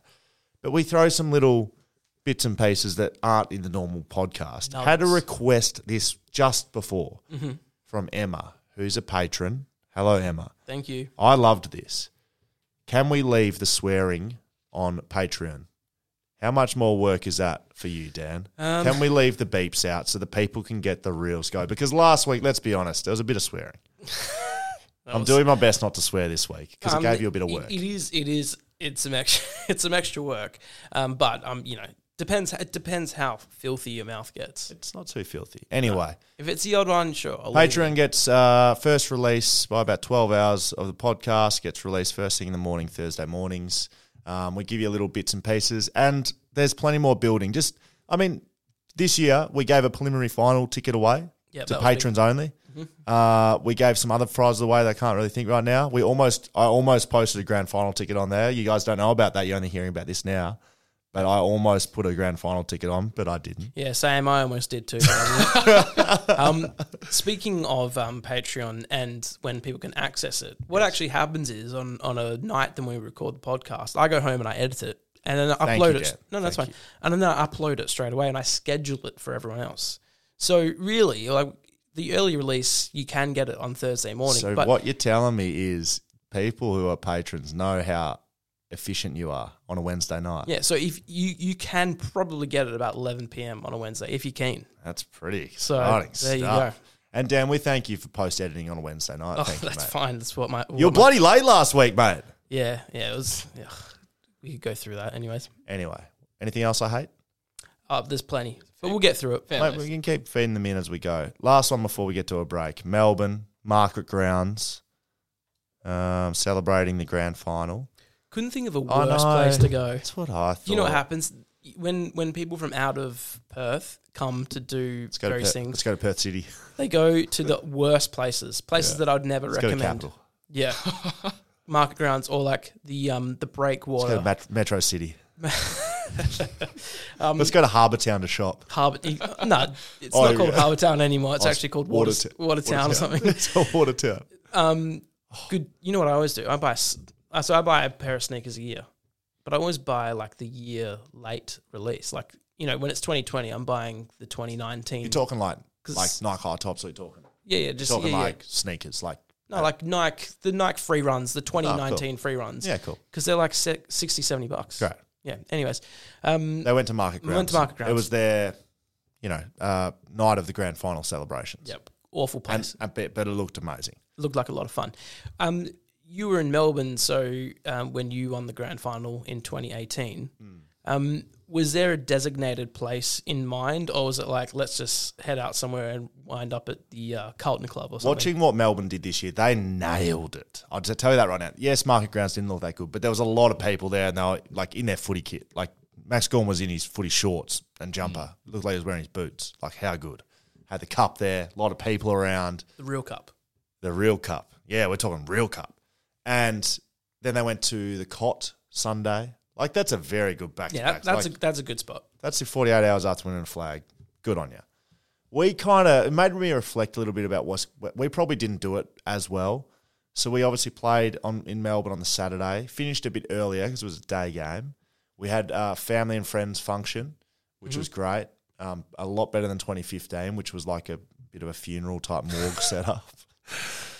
[SPEAKER 3] But we throw some little bits and pieces that aren't in the normal podcast. Had a request this just before from Emma, who's a patron. Hello, Emma.
[SPEAKER 5] Thank you.
[SPEAKER 3] I loved this. Can we leave the swearing on Patreon? How much more work is that for you, Dan?
[SPEAKER 5] Um,
[SPEAKER 3] can we leave the beeps out so the people can get the real scope? Because last week, let's be honest, there was a bit of swearing. I'm doing my best not to swear this week because
[SPEAKER 5] Um,
[SPEAKER 3] it gave you a bit of work.
[SPEAKER 5] It is. It is it's some extra it's some extra work. Um, but um, you know, depends it depends how filthy your mouth gets.
[SPEAKER 3] It's not too filthy. Anyway,
[SPEAKER 5] If it's the odd one, sure. I'll leave it.
[SPEAKER 3] Patreon gets uh, first release by about 12 hours of the podcast, gets released first thing in the morning, Thursday mornings. Um, we give you little bits and pieces, and there's plenty more building. Just, I mean, this year we gave a preliminary final ticket away
[SPEAKER 5] Yeah,
[SPEAKER 3] to
[SPEAKER 5] that was big. Mm-hmm.
[SPEAKER 3] patrons only. Uh, we gave some other prizes away that I can't really think right now. We almost, I almost posted a grand final ticket on there. You guys don't know about that. You're only hearing about this now. But I almost put a grand final ticket on, but I didn't.
[SPEAKER 5] Yeah, same. I almost did too. um, speaking of um, Patreon and when people can access it, what actually happens is on, on a night then we record the podcast, I go home and I edit it and then I
[SPEAKER 3] Thank
[SPEAKER 5] upload
[SPEAKER 3] you,
[SPEAKER 5] it.
[SPEAKER 3] Jan.
[SPEAKER 5] No, no, that's
[SPEAKER 3] Thank
[SPEAKER 5] fine. And then I upload it straight away and I schedule it for everyone else. So really, like the early release, you can get it on Thursday morning.
[SPEAKER 3] So
[SPEAKER 5] but
[SPEAKER 3] what you're telling me is people who are patrons know how efficient you are on a Wednesday night.
[SPEAKER 5] Yeah, so if you you can probably get it about 11 p.m. on a Wednesday if you can.
[SPEAKER 3] That's pretty
[SPEAKER 5] So,
[SPEAKER 3] exciting
[SPEAKER 5] there you
[SPEAKER 3] stuff.
[SPEAKER 5] go.
[SPEAKER 3] And Dan, we thank you for post editing on a Wednesday night.
[SPEAKER 5] Oh,
[SPEAKER 3] thank you,
[SPEAKER 5] that's
[SPEAKER 3] mate.
[SPEAKER 5] fine. That's what my
[SPEAKER 3] You're
[SPEAKER 5] what my-
[SPEAKER 3] bloody late last week, mate.
[SPEAKER 5] Yeah, yeah, it was. Yeah, we could go through that, anyways.
[SPEAKER 3] Anyway, anything else I hate?
[SPEAKER 5] Uh, there's plenty, but we'll get through it.
[SPEAKER 4] Fair
[SPEAKER 3] Mate,
[SPEAKER 4] enough.
[SPEAKER 3] we can keep feeding them in as we go. Last one before we get to a break. Melbourne Market Grounds, um, celebrating the grand final.
[SPEAKER 5] Couldn't think of a
[SPEAKER 3] I
[SPEAKER 5] worse
[SPEAKER 3] know.
[SPEAKER 5] place to go.
[SPEAKER 3] That's what I thought.
[SPEAKER 5] You know what happens when when people from out of Perth come to do
[SPEAKER 3] Let's go, to
[SPEAKER 5] various
[SPEAKER 3] Perth.
[SPEAKER 5] things?
[SPEAKER 3] Let's go to Perth City.
[SPEAKER 5] They go to the worst places, places that I'd never
[SPEAKER 3] Let's go to
[SPEAKER 5] recommend.
[SPEAKER 3] Capital.
[SPEAKER 5] Yeah, market grounds or like the um
[SPEAKER 3] Let's go
[SPEAKER 5] the
[SPEAKER 3] to
[SPEAKER 5] breakwater
[SPEAKER 3] Met- Metro City.
[SPEAKER 5] Um,
[SPEAKER 3] Let's go to Harbour Town to shop.
[SPEAKER 5] harbour. no, it's
[SPEAKER 3] Oh,
[SPEAKER 5] not called
[SPEAKER 3] yeah.
[SPEAKER 5] Harbour Town anymore. It's
[SPEAKER 3] Oh,
[SPEAKER 5] actually called Water
[SPEAKER 3] Waterto-
[SPEAKER 5] Watertown or something.
[SPEAKER 3] it's a Water Town.
[SPEAKER 5] Um, good. You know what I always do? I buy s- uh, so I buy a pair of sneakers a year, but I always buy like the year late release. Like you know when it's 2020, I'm buying the 2019.
[SPEAKER 3] You're talking like
[SPEAKER 5] 'Cause-
[SPEAKER 3] like Nike high tops. Are you talking?
[SPEAKER 5] yeah, yeah, just
[SPEAKER 3] talking
[SPEAKER 5] yeah, yeah.
[SPEAKER 3] like sneakers, like
[SPEAKER 5] no, like Nike, the Nike free runs, the 2019 free runs.
[SPEAKER 3] Ah, yeah, cool.
[SPEAKER 5] because they're like si- 60, 70 bucks.
[SPEAKER 3] Great.
[SPEAKER 5] Yeah. Anyways, um,
[SPEAKER 3] They went to market
[SPEAKER 5] We
[SPEAKER 3] grounds.
[SPEAKER 5] went to Market Grounds.
[SPEAKER 3] It was their, you know, uh, night of the grand final celebrations.
[SPEAKER 5] yep, awful place.
[SPEAKER 3] and a bit, but it looked amazing.
[SPEAKER 5] looked like a lot of fun. Um, you were in Melbourne, so um, when you won the grand final in 2018,
[SPEAKER 3] Hmm.
[SPEAKER 5] um, was there a designated place in mind, or was it like let's just head out somewhere and wind up at the uh, Carlton Club or something?
[SPEAKER 3] Watching what Melbourne did this year, they nailed it. I'll just tell you that right now. Yes, market grounds didn't look that good, but there was a lot of people there, and they were like in their footy kit. Like Max Gorn was in his footy shorts and jumper.
[SPEAKER 5] Mm.
[SPEAKER 3] Looked like he was wearing his boots. Like how good. Had the cup there. A lot of people around.
[SPEAKER 5] the real cup.
[SPEAKER 3] the real cup. Yeah, we're talking real cup. And then they went to the cot Sunday. Like that's a very good back to
[SPEAKER 5] Yeah, that,
[SPEAKER 3] back.
[SPEAKER 5] that's
[SPEAKER 3] Like,
[SPEAKER 5] a, that's a good spot.
[SPEAKER 3] that's the 48 hours after winning a flag. Good on you. We kind of it made me reflect a little bit about what's we probably didn't do it as well. So we obviously played on in Melbourne on the Saturday, finished a bit earlier because it was a day game. We had a family and friends function, which was great. Um, a lot better than 2015, which was like a bit of a funeral type morgue setup.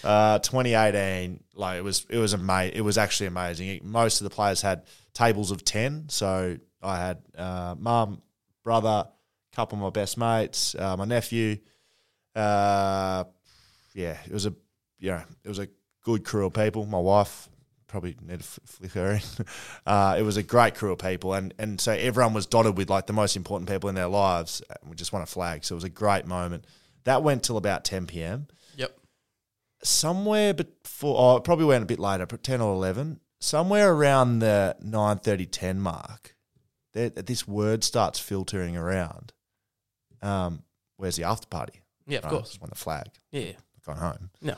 [SPEAKER 3] Uh, 2018, like it was, it was amazing. It was actually amazing. It- most of the players had tables of ten, so I had uh, mum, brother, couple of my best mates, uh, my nephew. Uh, yeah, it was a yeah, it was a good crew of people. My wife probably need to fl- flick her in. Uh, it was a great crew of people, and and so everyone was dotted with like the most important people in their lives. We just won a flag, so it was a great moment. That went till about 10 p.m
[SPEAKER 5] Yep.
[SPEAKER 3] somewhere before oh it probably went a bit later but 10 or 11 somewhere around the 9.30 10 mark there, this word starts filtering around um, where's the after party
[SPEAKER 5] Yeah, of
[SPEAKER 3] Right,
[SPEAKER 5] course.
[SPEAKER 3] just won the flag
[SPEAKER 5] Yeah.
[SPEAKER 3] gone home
[SPEAKER 5] No.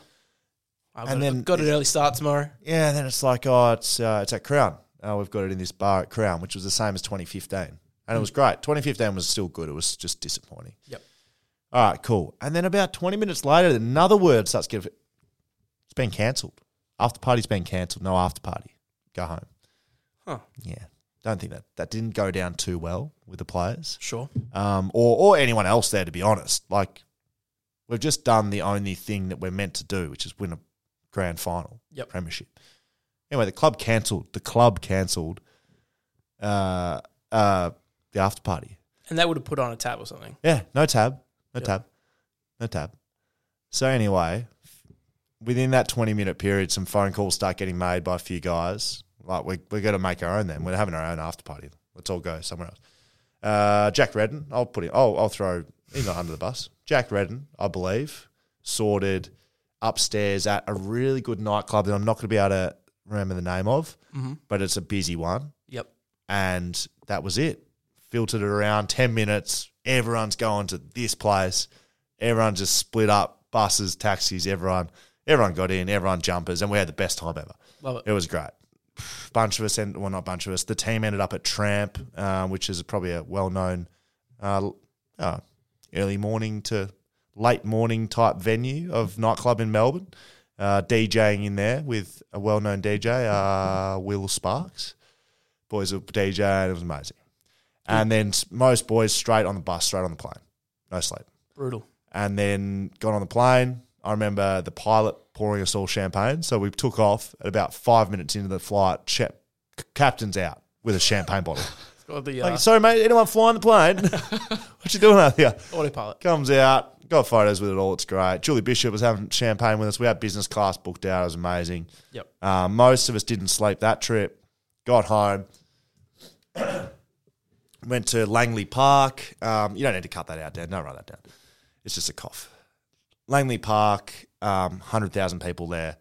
[SPEAKER 5] I got,
[SPEAKER 3] And then-
[SPEAKER 5] it, got an early start tomorrow.
[SPEAKER 3] yeah and then it's like oh it's uh, it's at crown uh, we've got it in this bar at crown which was the same as 2015 and it was great 2015 was still good it was just disappointing
[SPEAKER 5] Yep.
[SPEAKER 3] all right cool and then about 20 minutes later another word starts getting it's been cancelled after party's been cancelled no after party go home
[SPEAKER 5] Huh.
[SPEAKER 3] Yeah, don't think that that didn't go down too well with the players,
[SPEAKER 5] Sure.
[SPEAKER 3] um, or or anyone else there. To be honest, like we've just done the only thing that we're meant to do, which is win a grand final,
[SPEAKER 5] Yep.
[SPEAKER 3] premiership. Anyway, the club cancelled. The club cancelled uh, uh, the after party.
[SPEAKER 5] And they would have put on a tab or something.
[SPEAKER 3] Yeah, no tab, no
[SPEAKER 5] Yep.
[SPEAKER 3] tab, no tab. So anyway, within that twenty minute period, some phone calls start getting made by a few guys. Like we we're going to make our own then. We're having our own after party. Let's all go somewhere else. Uh, Jack Redden, I'll put it. Oh, I'll throw he's not under the bus. Jack Redden, I believe, sorted upstairs at a really good nightclub that I'm not going to be able to remember the name of, but it's a busy one
[SPEAKER 5] Yep.
[SPEAKER 3] and that was it. Filtered it around 10 minutes. Everyone's going to this place. Everyone just split up buses, taxis, everyone. Everyone got in, everyone jumpers, and we had the best time ever.
[SPEAKER 5] Love it.
[SPEAKER 3] It was great. Bunch of us, and well, not bunch of us, the team ended up at Tramp, uh, which is probably a well known uh, uh, early morning to late morning type venue of nightclub in Melbourne. Uh, DJing in there with a well known DJ, uh, Will Sparks boys were DJ, and it was amazing. And then s- most boys straight on the bus, straight on the plane, no sleep.
[SPEAKER 5] Brutal.
[SPEAKER 3] And then got on the plane. I remember the pilot pouring us all champagne. So we took off at about five minutes into the flight. Cha- c- captain's out with a champagne bottle.
[SPEAKER 5] It's got the uh,
[SPEAKER 3] Like, sorry, mate, anyone flying the plane? what you doing out here?
[SPEAKER 5] autopilot.
[SPEAKER 3] Comes out, got photos with it all. It's great. Julie Bishop was having champagne with us. We had business class booked out. It was amazing.
[SPEAKER 5] Yep.
[SPEAKER 3] Uh, most of us didn't sleep that trip. Got home, went to Langley Park. Um, you don't need to cut that out, Dan. Don't write that down. It's just a cough. Langley Park, um, 100,000 people there.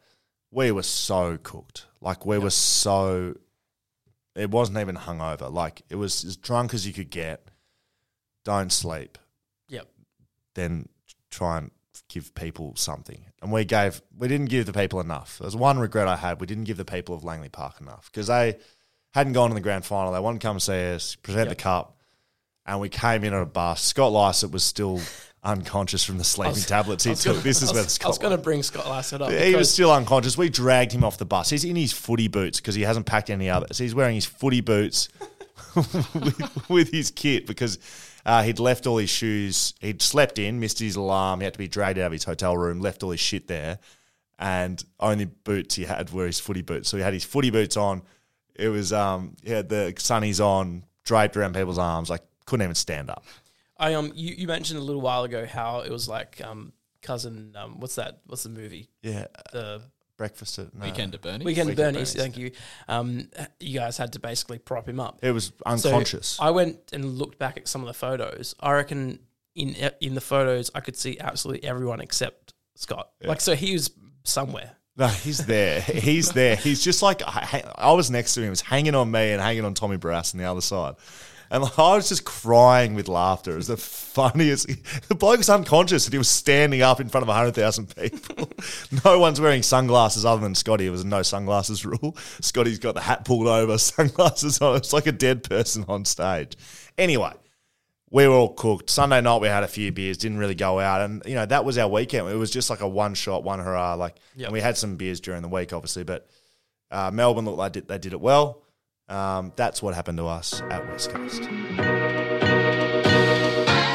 [SPEAKER 3] We were so cooked. Like, we were so. It wasn't even hungover. Like, it was as drunk as you could get. Don't sleep
[SPEAKER 5] Yep.
[SPEAKER 3] then try and give people something. And we gave, we didn't give the people enough. There's one regret I had. We didn't give the people of Langley Park enough because they hadn't gone to the grand final. They wanted to come see us, present the cup, and we came in on a bus. Scott Lysett was still unconscious from the sleeping tablets he took. this is
[SPEAKER 5] I
[SPEAKER 3] where
[SPEAKER 5] was,
[SPEAKER 3] the
[SPEAKER 5] I was
[SPEAKER 3] Scott.
[SPEAKER 5] going to bring Scott Lassett up.
[SPEAKER 3] He was still unconscious. We dragged him off the bus. He's in his footy boots because he hasn't packed any others. He's wearing his footy boots with, with his kit because uh, he'd left all his shoes. He'd slept in, missed his alarm. He had to be dragged out of his hotel room, left all his shit there, and only boots he had were his footy boots. So he had his footy boots on. It was um, he had the sunnies on, draped around people's arms. Like couldn't even stand up.
[SPEAKER 5] I um you, you mentioned a little while ago how it was like um cousin um what's that what's the movie
[SPEAKER 3] Yeah,
[SPEAKER 5] the
[SPEAKER 3] breakfast at no.
[SPEAKER 4] Weekend at Bernie's.
[SPEAKER 5] Weekend, at
[SPEAKER 3] Weekend at
[SPEAKER 5] Bernie's,
[SPEAKER 3] Bernie's.
[SPEAKER 5] thank you um you guys had to basically prop him up
[SPEAKER 3] It was
[SPEAKER 5] So
[SPEAKER 3] unconscious.
[SPEAKER 5] I went and looked back at some of the photos I reckon in in the photos I could see absolutely everyone except Scott like so he was somewhere
[SPEAKER 3] No, he's there. He's there. He's just like I, I was next to him. He was hanging on me and hanging on Tommy Brass on the other side. And I was just crying with laughter. It was the funniest. The bloke was unconscious and he was standing up in front of 100,000 people. No one's wearing sunglasses other than Scotty. It was a no sunglasses rule. Scotty's got the hat pulled over, sunglasses on. It's like a dead person on stage. Anyway, we were all cooked. Sunday night we had a few beers, didn't really go out, and you know that was our weekend. It was just like a one shot, one hurrah. Like and we had some beers during the week, obviously, but uh, Melbourne looked like did, they did it well. Um, that's what happened to us at West Coast.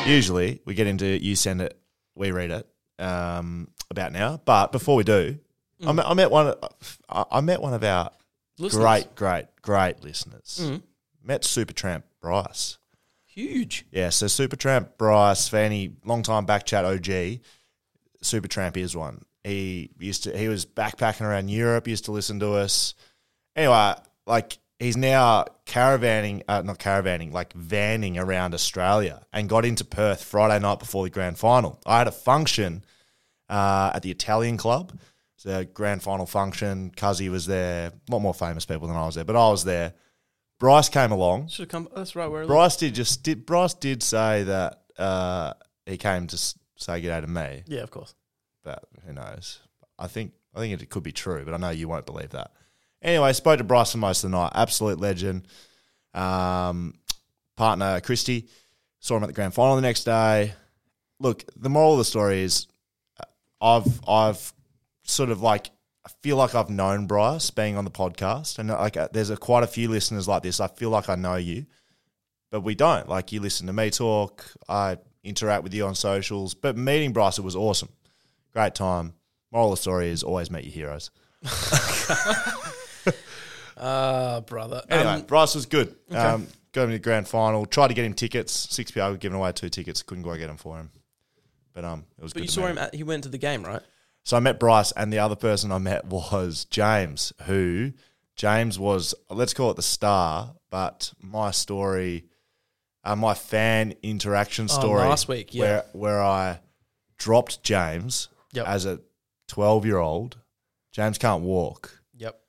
[SPEAKER 3] Usually we get into you send it, we read it um, about now, but before we do, I, met, I met one. I, I met one of our
[SPEAKER 5] Listeners.
[SPEAKER 3] great, great, great listeners. Met Supertramp Bryce.
[SPEAKER 5] huge
[SPEAKER 3] Yeah, so Supertramp, Bryce, Fanny, long time back chat OG. Supertramp is one. He used to he was backpacking around Europe, used to listen to us. Anyway, like he's now caravanning, uh, not caravanning, like vanning around Australia and got into Perth Friday night before the grand final. I had a function uh, at the Italian club. It's a grand final function. Cuzzy was there, a lot more famous people than I was there, but I was there. Bryce came along.
[SPEAKER 5] should have come oh, that's right where
[SPEAKER 3] Bryce did just did, Bryce did say that uh, he came to s- say good day to me,
[SPEAKER 5] yeah of course
[SPEAKER 3] but who knows? I think I think it could be true, but I know you won't believe that. Anyway, spoke to Bryce for most of the night. Absolute legend. Um, partner Christy saw him at the grand final the next day. Look, the moral of the story is, uh, I've I've sort of like I feel like I've known Bryce being on the podcast, and uh, like uh, there's a, quite a few listeners like this. I feel like I know you but we don't. Like you listen to me talk, I interact with you on socials. But meeting Bryce, it was awesome. Great time. Moral of the story is always meet your heroes.
[SPEAKER 5] uh brother
[SPEAKER 3] Ah, Anyway,
[SPEAKER 5] Um,
[SPEAKER 3] Bryce was good. Um, got him to the grand final. Tried to get him tickets. 6PR were giving away two tickets. Couldn't go get them for him. But um, it was
[SPEAKER 5] but
[SPEAKER 3] good.
[SPEAKER 5] you
[SPEAKER 3] to
[SPEAKER 5] saw
[SPEAKER 3] meet
[SPEAKER 5] him at, he went to the game right
[SPEAKER 3] So I met Bryce, and the other person I met was James, who James was, let's call it the star, but my story, uh, my fan interaction
[SPEAKER 5] Oh,
[SPEAKER 3] story
[SPEAKER 5] last week, yeah.
[SPEAKER 3] where where I dropped James
[SPEAKER 5] Yep.
[SPEAKER 3] as a twelve year old. James can't walk.
[SPEAKER 5] Yep.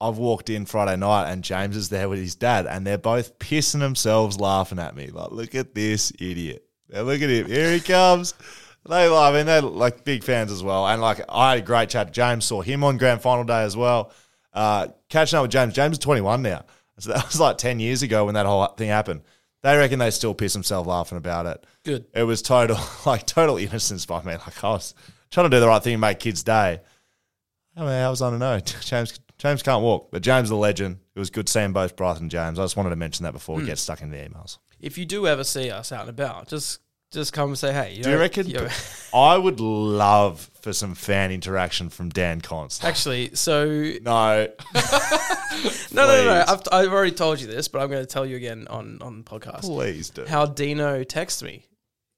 [SPEAKER 3] I've walked in Friday night and James is there with his dad, and they're both pissing themselves laughing at me. Like, look at this idiot. Now look at him. Here he comes. They love, I mean, they're like big fans as well. And like, I had a great chat. James saw him on grand final day as well. Uh, catching up with James. James is 21 now. So that was like 10 years ago when that whole thing happened. They reckon they still piss themselves laughing about it.
[SPEAKER 5] Good.
[SPEAKER 3] It was total, like, total innocence by me. Like, I was trying to do the right thing and make kids' day. I mean, I was on a no. James James can't walk, but James the legend. It was good seeing both Bryce and James. I just wanted to mention that before
[SPEAKER 5] Hmm.
[SPEAKER 3] we get stuck in the emails.
[SPEAKER 5] If you do ever see us out and about, just just come and say hey.
[SPEAKER 3] Do you
[SPEAKER 5] know-
[SPEAKER 3] reckon?
[SPEAKER 5] you know-
[SPEAKER 3] I would love for some fan interaction from Dan Const.
[SPEAKER 5] actually, so no,
[SPEAKER 3] No,
[SPEAKER 5] no, no, no.
[SPEAKER 3] please.
[SPEAKER 5] I've, I've already told you this, but I'm going to tell you again on on the podcast.
[SPEAKER 3] please do.
[SPEAKER 5] How Dino texted me?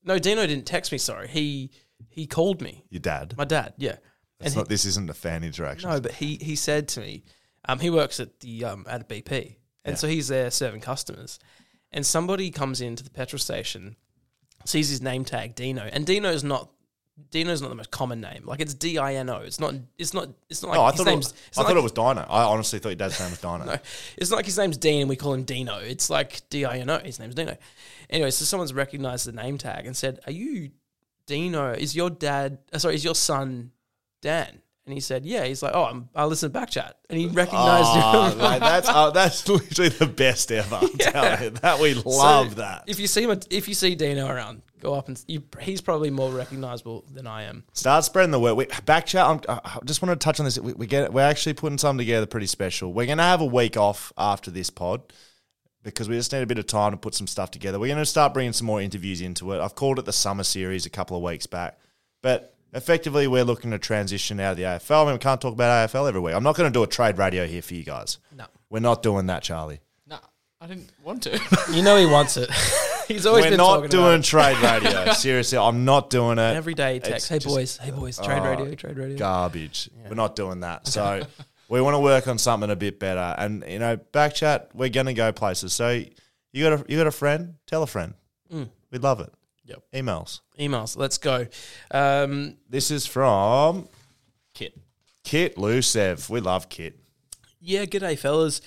[SPEAKER 5] No, Dino didn't text me. Sorry, he he called me.
[SPEAKER 3] Your dad.
[SPEAKER 5] My dad. Yeah.
[SPEAKER 3] It's
[SPEAKER 5] he-
[SPEAKER 3] not, this isn't a fan interaction.
[SPEAKER 5] No, but he he said to me, um, he works at the um, at BP, and so he's there serving customers, and somebody comes into the petrol station, sees his name tag Dino, and Dino's not. Dino's not the most common name. Like it's D I N O. It's not. It's not. It's not like
[SPEAKER 3] No, Oh, I
[SPEAKER 5] his
[SPEAKER 3] thought, it
[SPEAKER 5] name's.
[SPEAKER 3] was,
[SPEAKER 5] it's
[SPEAKER 3] I
[SPEAKER 5] not
[SPEAKER 3] thought
[SPEAKER 5] like-
[SPEAKER 3] it was Dino. I honestly thought your dad's name was Dino.
[SPEAKER 5] it's not like his name's Dean and we call him Dino. It's like D I N O. His name's Dino. Anyway, so someone's recognized the name tag and said, Are you Dino? Is your dad, uh, sorry, is your son Dan? And he said, Yeah. He's like, Oh, I'm, I listen to Backchat. And he recognized
[SPEAKER 3] Oh,
[SPEAKER 5] him.
[SPEAKER 3] mate, that's uh, that's literally the best ever. I'm telling you that we
[SPEAKER 5] So
[SPEAKER 3] love that.
[SPEAKER 5] If you see him, if you see Dino around, go up and you, he's probably more recognizable than I am.
[SPEAKER 3] Start spreading the word. We, back chat. I'm, I I just want to touch on this. We, we get. We're actually putting something together pretty special. We're going to have a week off after this pod because we just need a bit of time to put some stuff together. We're going to start bringing some more interviews into it. I've called it the summer series a couple of weeks back, but effectively we're looking to transition out of the AFL. I mean, we can't talk about AFL every week. I'm not going to do a trade radio here for you guys.
[SPEAKER 5] No.
[SPEAKER 3] we're not doing that, Charlie.
[SPEAKER 4] Nah, I didn't want to.
[SPEAKER 5] You know, he wants it. he's always
[SPEAKER 3] we're
[SPEAKER 5] been
[SPEAKER 3] not
[SPEAKER 5] talking about
[SPEAKER 3] doing
[SPEAKER 5] it.
[SPEAKER 3] trade radio. Seriously, I'm not doing it.
[SPEAKER 5] every day. he
[SPEAKER 3] It's
[SPEAKER 5] Texts, hey
[SPEAKER 3] just- Ah,
[SPEAKER 5] boys, hey boys, trade radio, trade radio.
[SPEAKER 3] garbage. We're not doing that. So we want to work on something a bit better. And you know, back chat, we're gonna go places. So you got a you got a friend? Tell a friend. We'd love it.
[SPEAKER 5] Yep.
[SPEAKER 3] Emails.
[SPEAKER 5] Emails. Let's go. Um,
[SPEAKER 3] This is from
[SPEAKER 4] Kit.
[SPEAKER 3] Kit Lusev. We love Kit.
[SPEAKER 5] Yeah, g'day, fellas.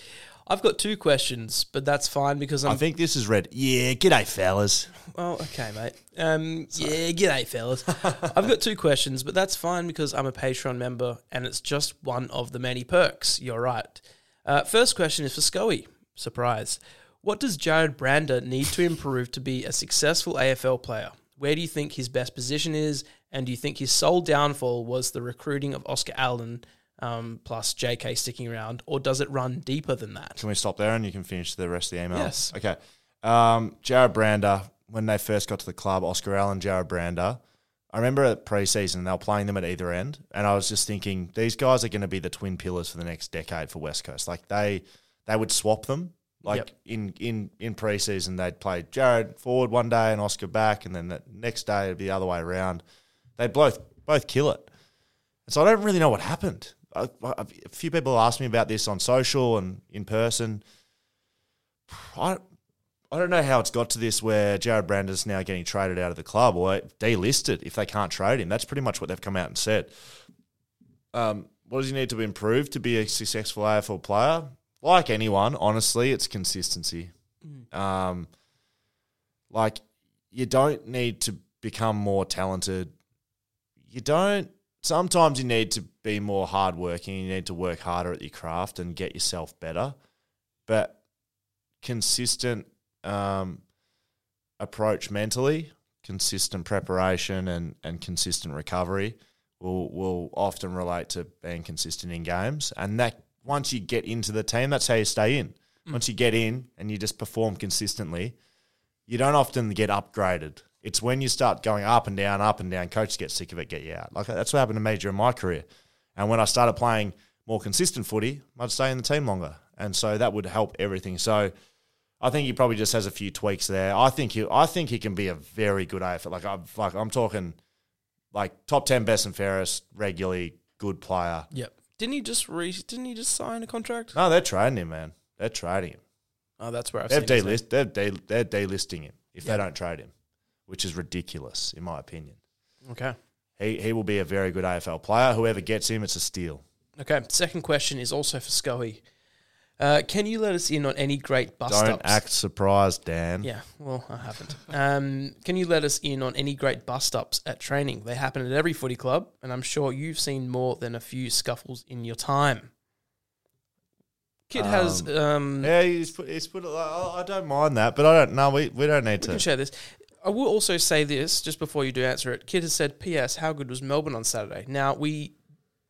[SPEAKER 5] I've got two questions, but that's fine because I'm.
[SPEAKER 3] I think this is red. Yeah, g'day fellas.
[SPEAKER 5] oh, okay, mate. Um, yeah, g'day, fellas. I've got two questions, but that's fine because I'm a Patreon member and it's just one of the many perks. You're right. Uh, first question is for Scoey. Surprise. What does Jared Brander need to improve to be a successful AFL player? Where do you think his best position is? And do you think his sole downfall was the recruiting of Oscar Allen um, plus JK sticking around, or does it run deeper than that?
[SPEAKER 3] Can we stop there and you can finish the rest of the email?
[SPEAKER 5] Yes.
[SPEAKER 3] Okay. Um, Jared Brander, when they first got to the club, Oscar Allen, Jared Brander. I remember at preseason they were playing them at either end, and I was just thinking these guys are going to be the twin pillars for the next decade for West Coast. Like they they would swap them. Like
[SPEAKER 5] Yep.
[SPEAKER 3] in in in preseason they'd play Jared forward one day and Oscar back, and then the next day it'd be the other way around. They'd both both kill it. And so I don't really know what happened. I, I, a few people asked me about this on social and in person. I, I don't know how it's got to this where Jared Brander's now getting traded out of the club or delisted if they can't trade him. That's pretty much what they've come out and said. Um, what does he need to improve to be a successful AFL player? Like anyone, honestly, it's consistency. Um, like you don't need to become more talented. You don't. Sometimes you need to be more hardworking. You need to work harder at your craft and get yourself better. But consistent um, approach mentally, consistent preparation, and and consistent recovery will will often relate to being consistent in games. And that once you get into the team, that's how you stay in. Once you get in and you just perform consistently, you don't often get upgraded. It's when you start going up and down, up and down, coaches get sick of it, get you out. Like that's what happened to me during my career. And when I started playing more consistent footy, I'd stay in the team longer. And so that would help everything. So I think he probably just has a few tweaks there. I think he I think he can be a very good AFL. Like I'm like I'm talking like top ten best and fairest, regularly good player.
[SPEAKER 5] Yep. Didn't he just re- Didn't he just sign a contract?
[SPEAKER 3] No, they're trading him, man. They're trading him.
[SPEAKER 5] Oh, that's where I've
[SPEAKER 3] They've
[SPEAKER 5] seen his
[SPEAKER 3] delist.
[SPEAKER 5] name.
[SPEAKER 3] They're, de- they're delisting him if they don't trade him, which is ridiculous in my opinion.
[SPEAKER 5] Okay.
[SPEAKER 3] He he will be a very good AFL player. Whoever gets him, it's a steal.
[SPEAKER 5] Okay. Second question is also for Scully. Uh, can you let us in on any great bust
[SPEAKER 3] don't
[SPEAKER 5] ups?
[SPEAKER 3] act surprised, Dan.
[SPEAKER 5] Yeah, well, I haven't. Um, can you let us in on any great bust ups at training? They happen at every footy club, and I'm sure you've seen more than a few scuffles in your time. Kid has. Um,
[SPEAKER 3] Yeah, he's put, he's put it like, oh, I don't mind that, but I don't. No, we, we don't need
[SPEAKER 5] We
[SPEAKER 3] to.
[SPEAKER 5] can share this. I will also say this just before you do answer it. Kid has said, "P.S. How good was Melbourne on Saturday?" Now we,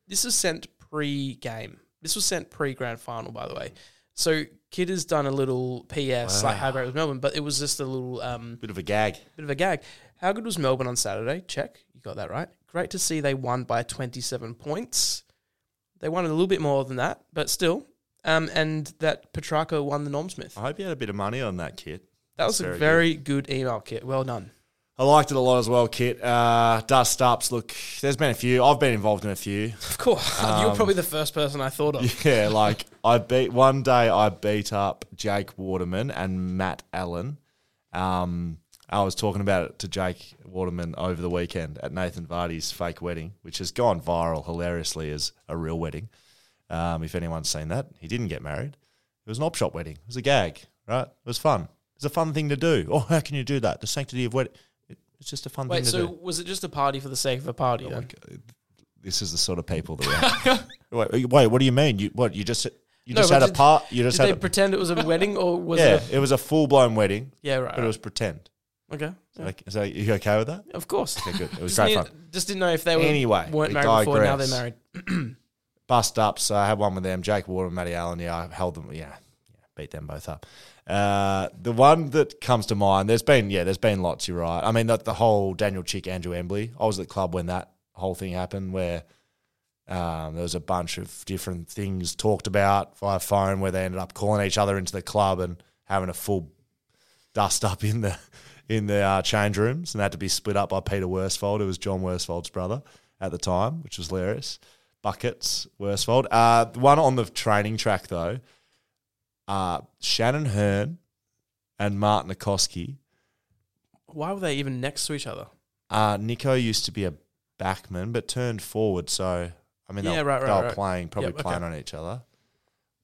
[SPEAKER 5] this was sent pre-game. This was sent pre-grand final, by the way. So Kid has done a little P.S. like how great was Melbourne, but it was just a little um,
[SPEAKER 3] Bit of a gag.
[SPEAKER 5] bit of a gag. How good was Melbourne on Saturday? Check, you got that right. Great to see they won by 27 points. They won a little bit more than that, but still. Um, and that Petrarca won the Normsmith.
[SPEAKER 3] I hope you had a bit of money on that, Kit.
[SPEAKER 5] That was a
[SPEAKER 3] Oh, very
[SPEAKER 5] very good. email, Kit. Well done.
[SPEAKER 3] I liked it a lot as well, Kit. Uh, dust ups. Look, there's been a few. I've been involved in a few.
[SPEAKER 5] Of course. You're probably the first person I thought of.
[SPEAKER 3] Um, Yeah, like I beat one day. I beat up Jake Waterman and Matt Allen. Um, I was talking about it to Jake Waterman over the weekend at Nathan Vardy's fake wedding, which has gone viral hilariously as a real wedding. Um, if anyone's seen that, he didn't get married. It was an op shop wedding. It was a gag, right? It was fun. It's a fun thing to do. Oh, how can you do that? The sanctity of wedding. It- It's just a fun
[SPEAKER 5] Wait,
[SPEAKER 3] thing to
[SPEAKER 5] so
[SPEAKER 3] do.
[SPEAKER 5] was it just a party for the sake of a party?
[SPEAKER 3] Oh
[SPEAKER 5] then?
[SPEAKER 3] uh, This is the sort of people that. we are. wait, wait, what do you mean? You what? You just you
[SPEAKER 5] No,
[SPEAKER 3] just
[SPEAKER 5] but
[SPEAKER 3] had a
[SPEAKER 5] did-
[SPEAKER 3] part. You
[SPEAKER 5] Did
[SPEAKER 3] just
[SPEAKER 5] they
[SPEAKER 3] had a
[SPEAKER 5] pretend it was a wedding or was
[SPEAKER 3] yeah.
[SPEAKER 5] it?
[SPEAKER 3] It was a full blown wedding,
[SPEAKER 5] A, yeah, right.
[SPEAKER 3] but it was pretend.
[SPEAKER 5] right. okay.
[SPEAKER 3] So, like, so you okay with that?
[SPEAKER 5] Of course.
[SPEAKER 3] Okay, good. It was
[SPEAKER 5] Just
[SPEAKER 3] great
[SPEAKER 5] need-
[SPEAKER 3] fun.
[SPEAKER 5] Just didn't know if they were,
[SPEAKER 3] Anyway,
[SPEAKER 5] weren't
[SPEAKER 3] we
[SPEAKER 5] married before, now they're
[SPEAKER 3] digress.
[SPEAKER 5] married.
[SPEAKER 3] bust ups. So I had one with them, Jake Waterman, Matty Allen. Yeah, I held them. Yeah, yeah beat them both up. Uh, the one that comes to mind, there's been yeah, there's been lots. You're right. I mean, the, the whole Daniel Chick, Andrew Embley. I was at the club when that whole thing happened, where um, there was a bunch of different things talked about via phone, where they ended up calling each other into the club and having a full dust up in the in the uh, change rooms, and they had to be split up by Peter Worsfold, who was John Worsfold's brother at the time, which was hilarious. Buckets Worsfold. Uh, the one on the training track though, uh, Shannon Hearn and Martin Nikoski.
[SPEAKER 5] Why were they even next to each other?
[SPEAKER 3] Uh, Nico used to be a backman, but turned forward. So I mean, they,
[SPEAKER 5] Yeah,
[SPEAKER 3] were-
[SPEAKER 5] right,
[SPEAKER 3] they
[SPEAKER 5] right,
[SPEAKER 3] were
[SPEAKER 5] right.
[SPEAKER 3] playing, probably
[SPEAKER 5] Yep, okay.
[SPEAKER 3] playing on each other.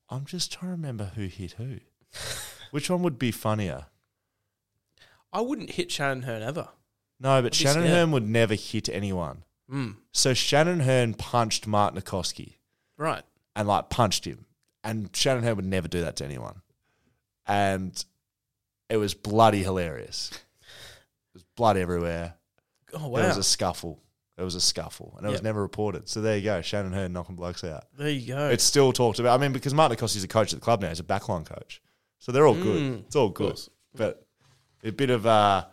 [SPEAKER 3] I'm just trying to remember who hit who. Which one would be funnier?
[SPEAKER 5] I wouldn't hit Shannon Hearn ever.
[SPEAKER 3] No, but
[SPEAKER 5] be
[SPEAKER 3] Shannon
[SPEAKER 5] scared.
[SPEAKER 3] Hearn would never hit anyone.
[SPEAKER 5] Mm,
[SPEAKER 3] So Shannon Hearn punched Martin Nikoski
[SPEAKER 5] right.
[SPEAKER 3] and like punched him. And Shannon Hearn would never do that to anyone. And it was bloody hilarious. There's blood everywhere.
[SPEAKER 5] Oh,
[SPEAKER 3] There
[SPEAKER 5] wow.
[SPEAKER 3] was a scuffle. There was a scuffle. And it was
[SPEAKER 5] Yep.
[SPEAKER 3] never reported. So there you go. Shannon Hearn knocking blokes out.
[SPEAKER 5] there you go.
[SPEAKER 3] It's still talked about. I mean, because Martin Nikoski's a coach at the club now, he's a backline coach. So they're all good.
[SPEAKER 5] Mm,
[SPEAKER 3] It's all
[SPEAKER 5] of
[SPEAKER 3] good.
[SPEAKER 5] course.
[SPEAKER 3] But a bit of uh,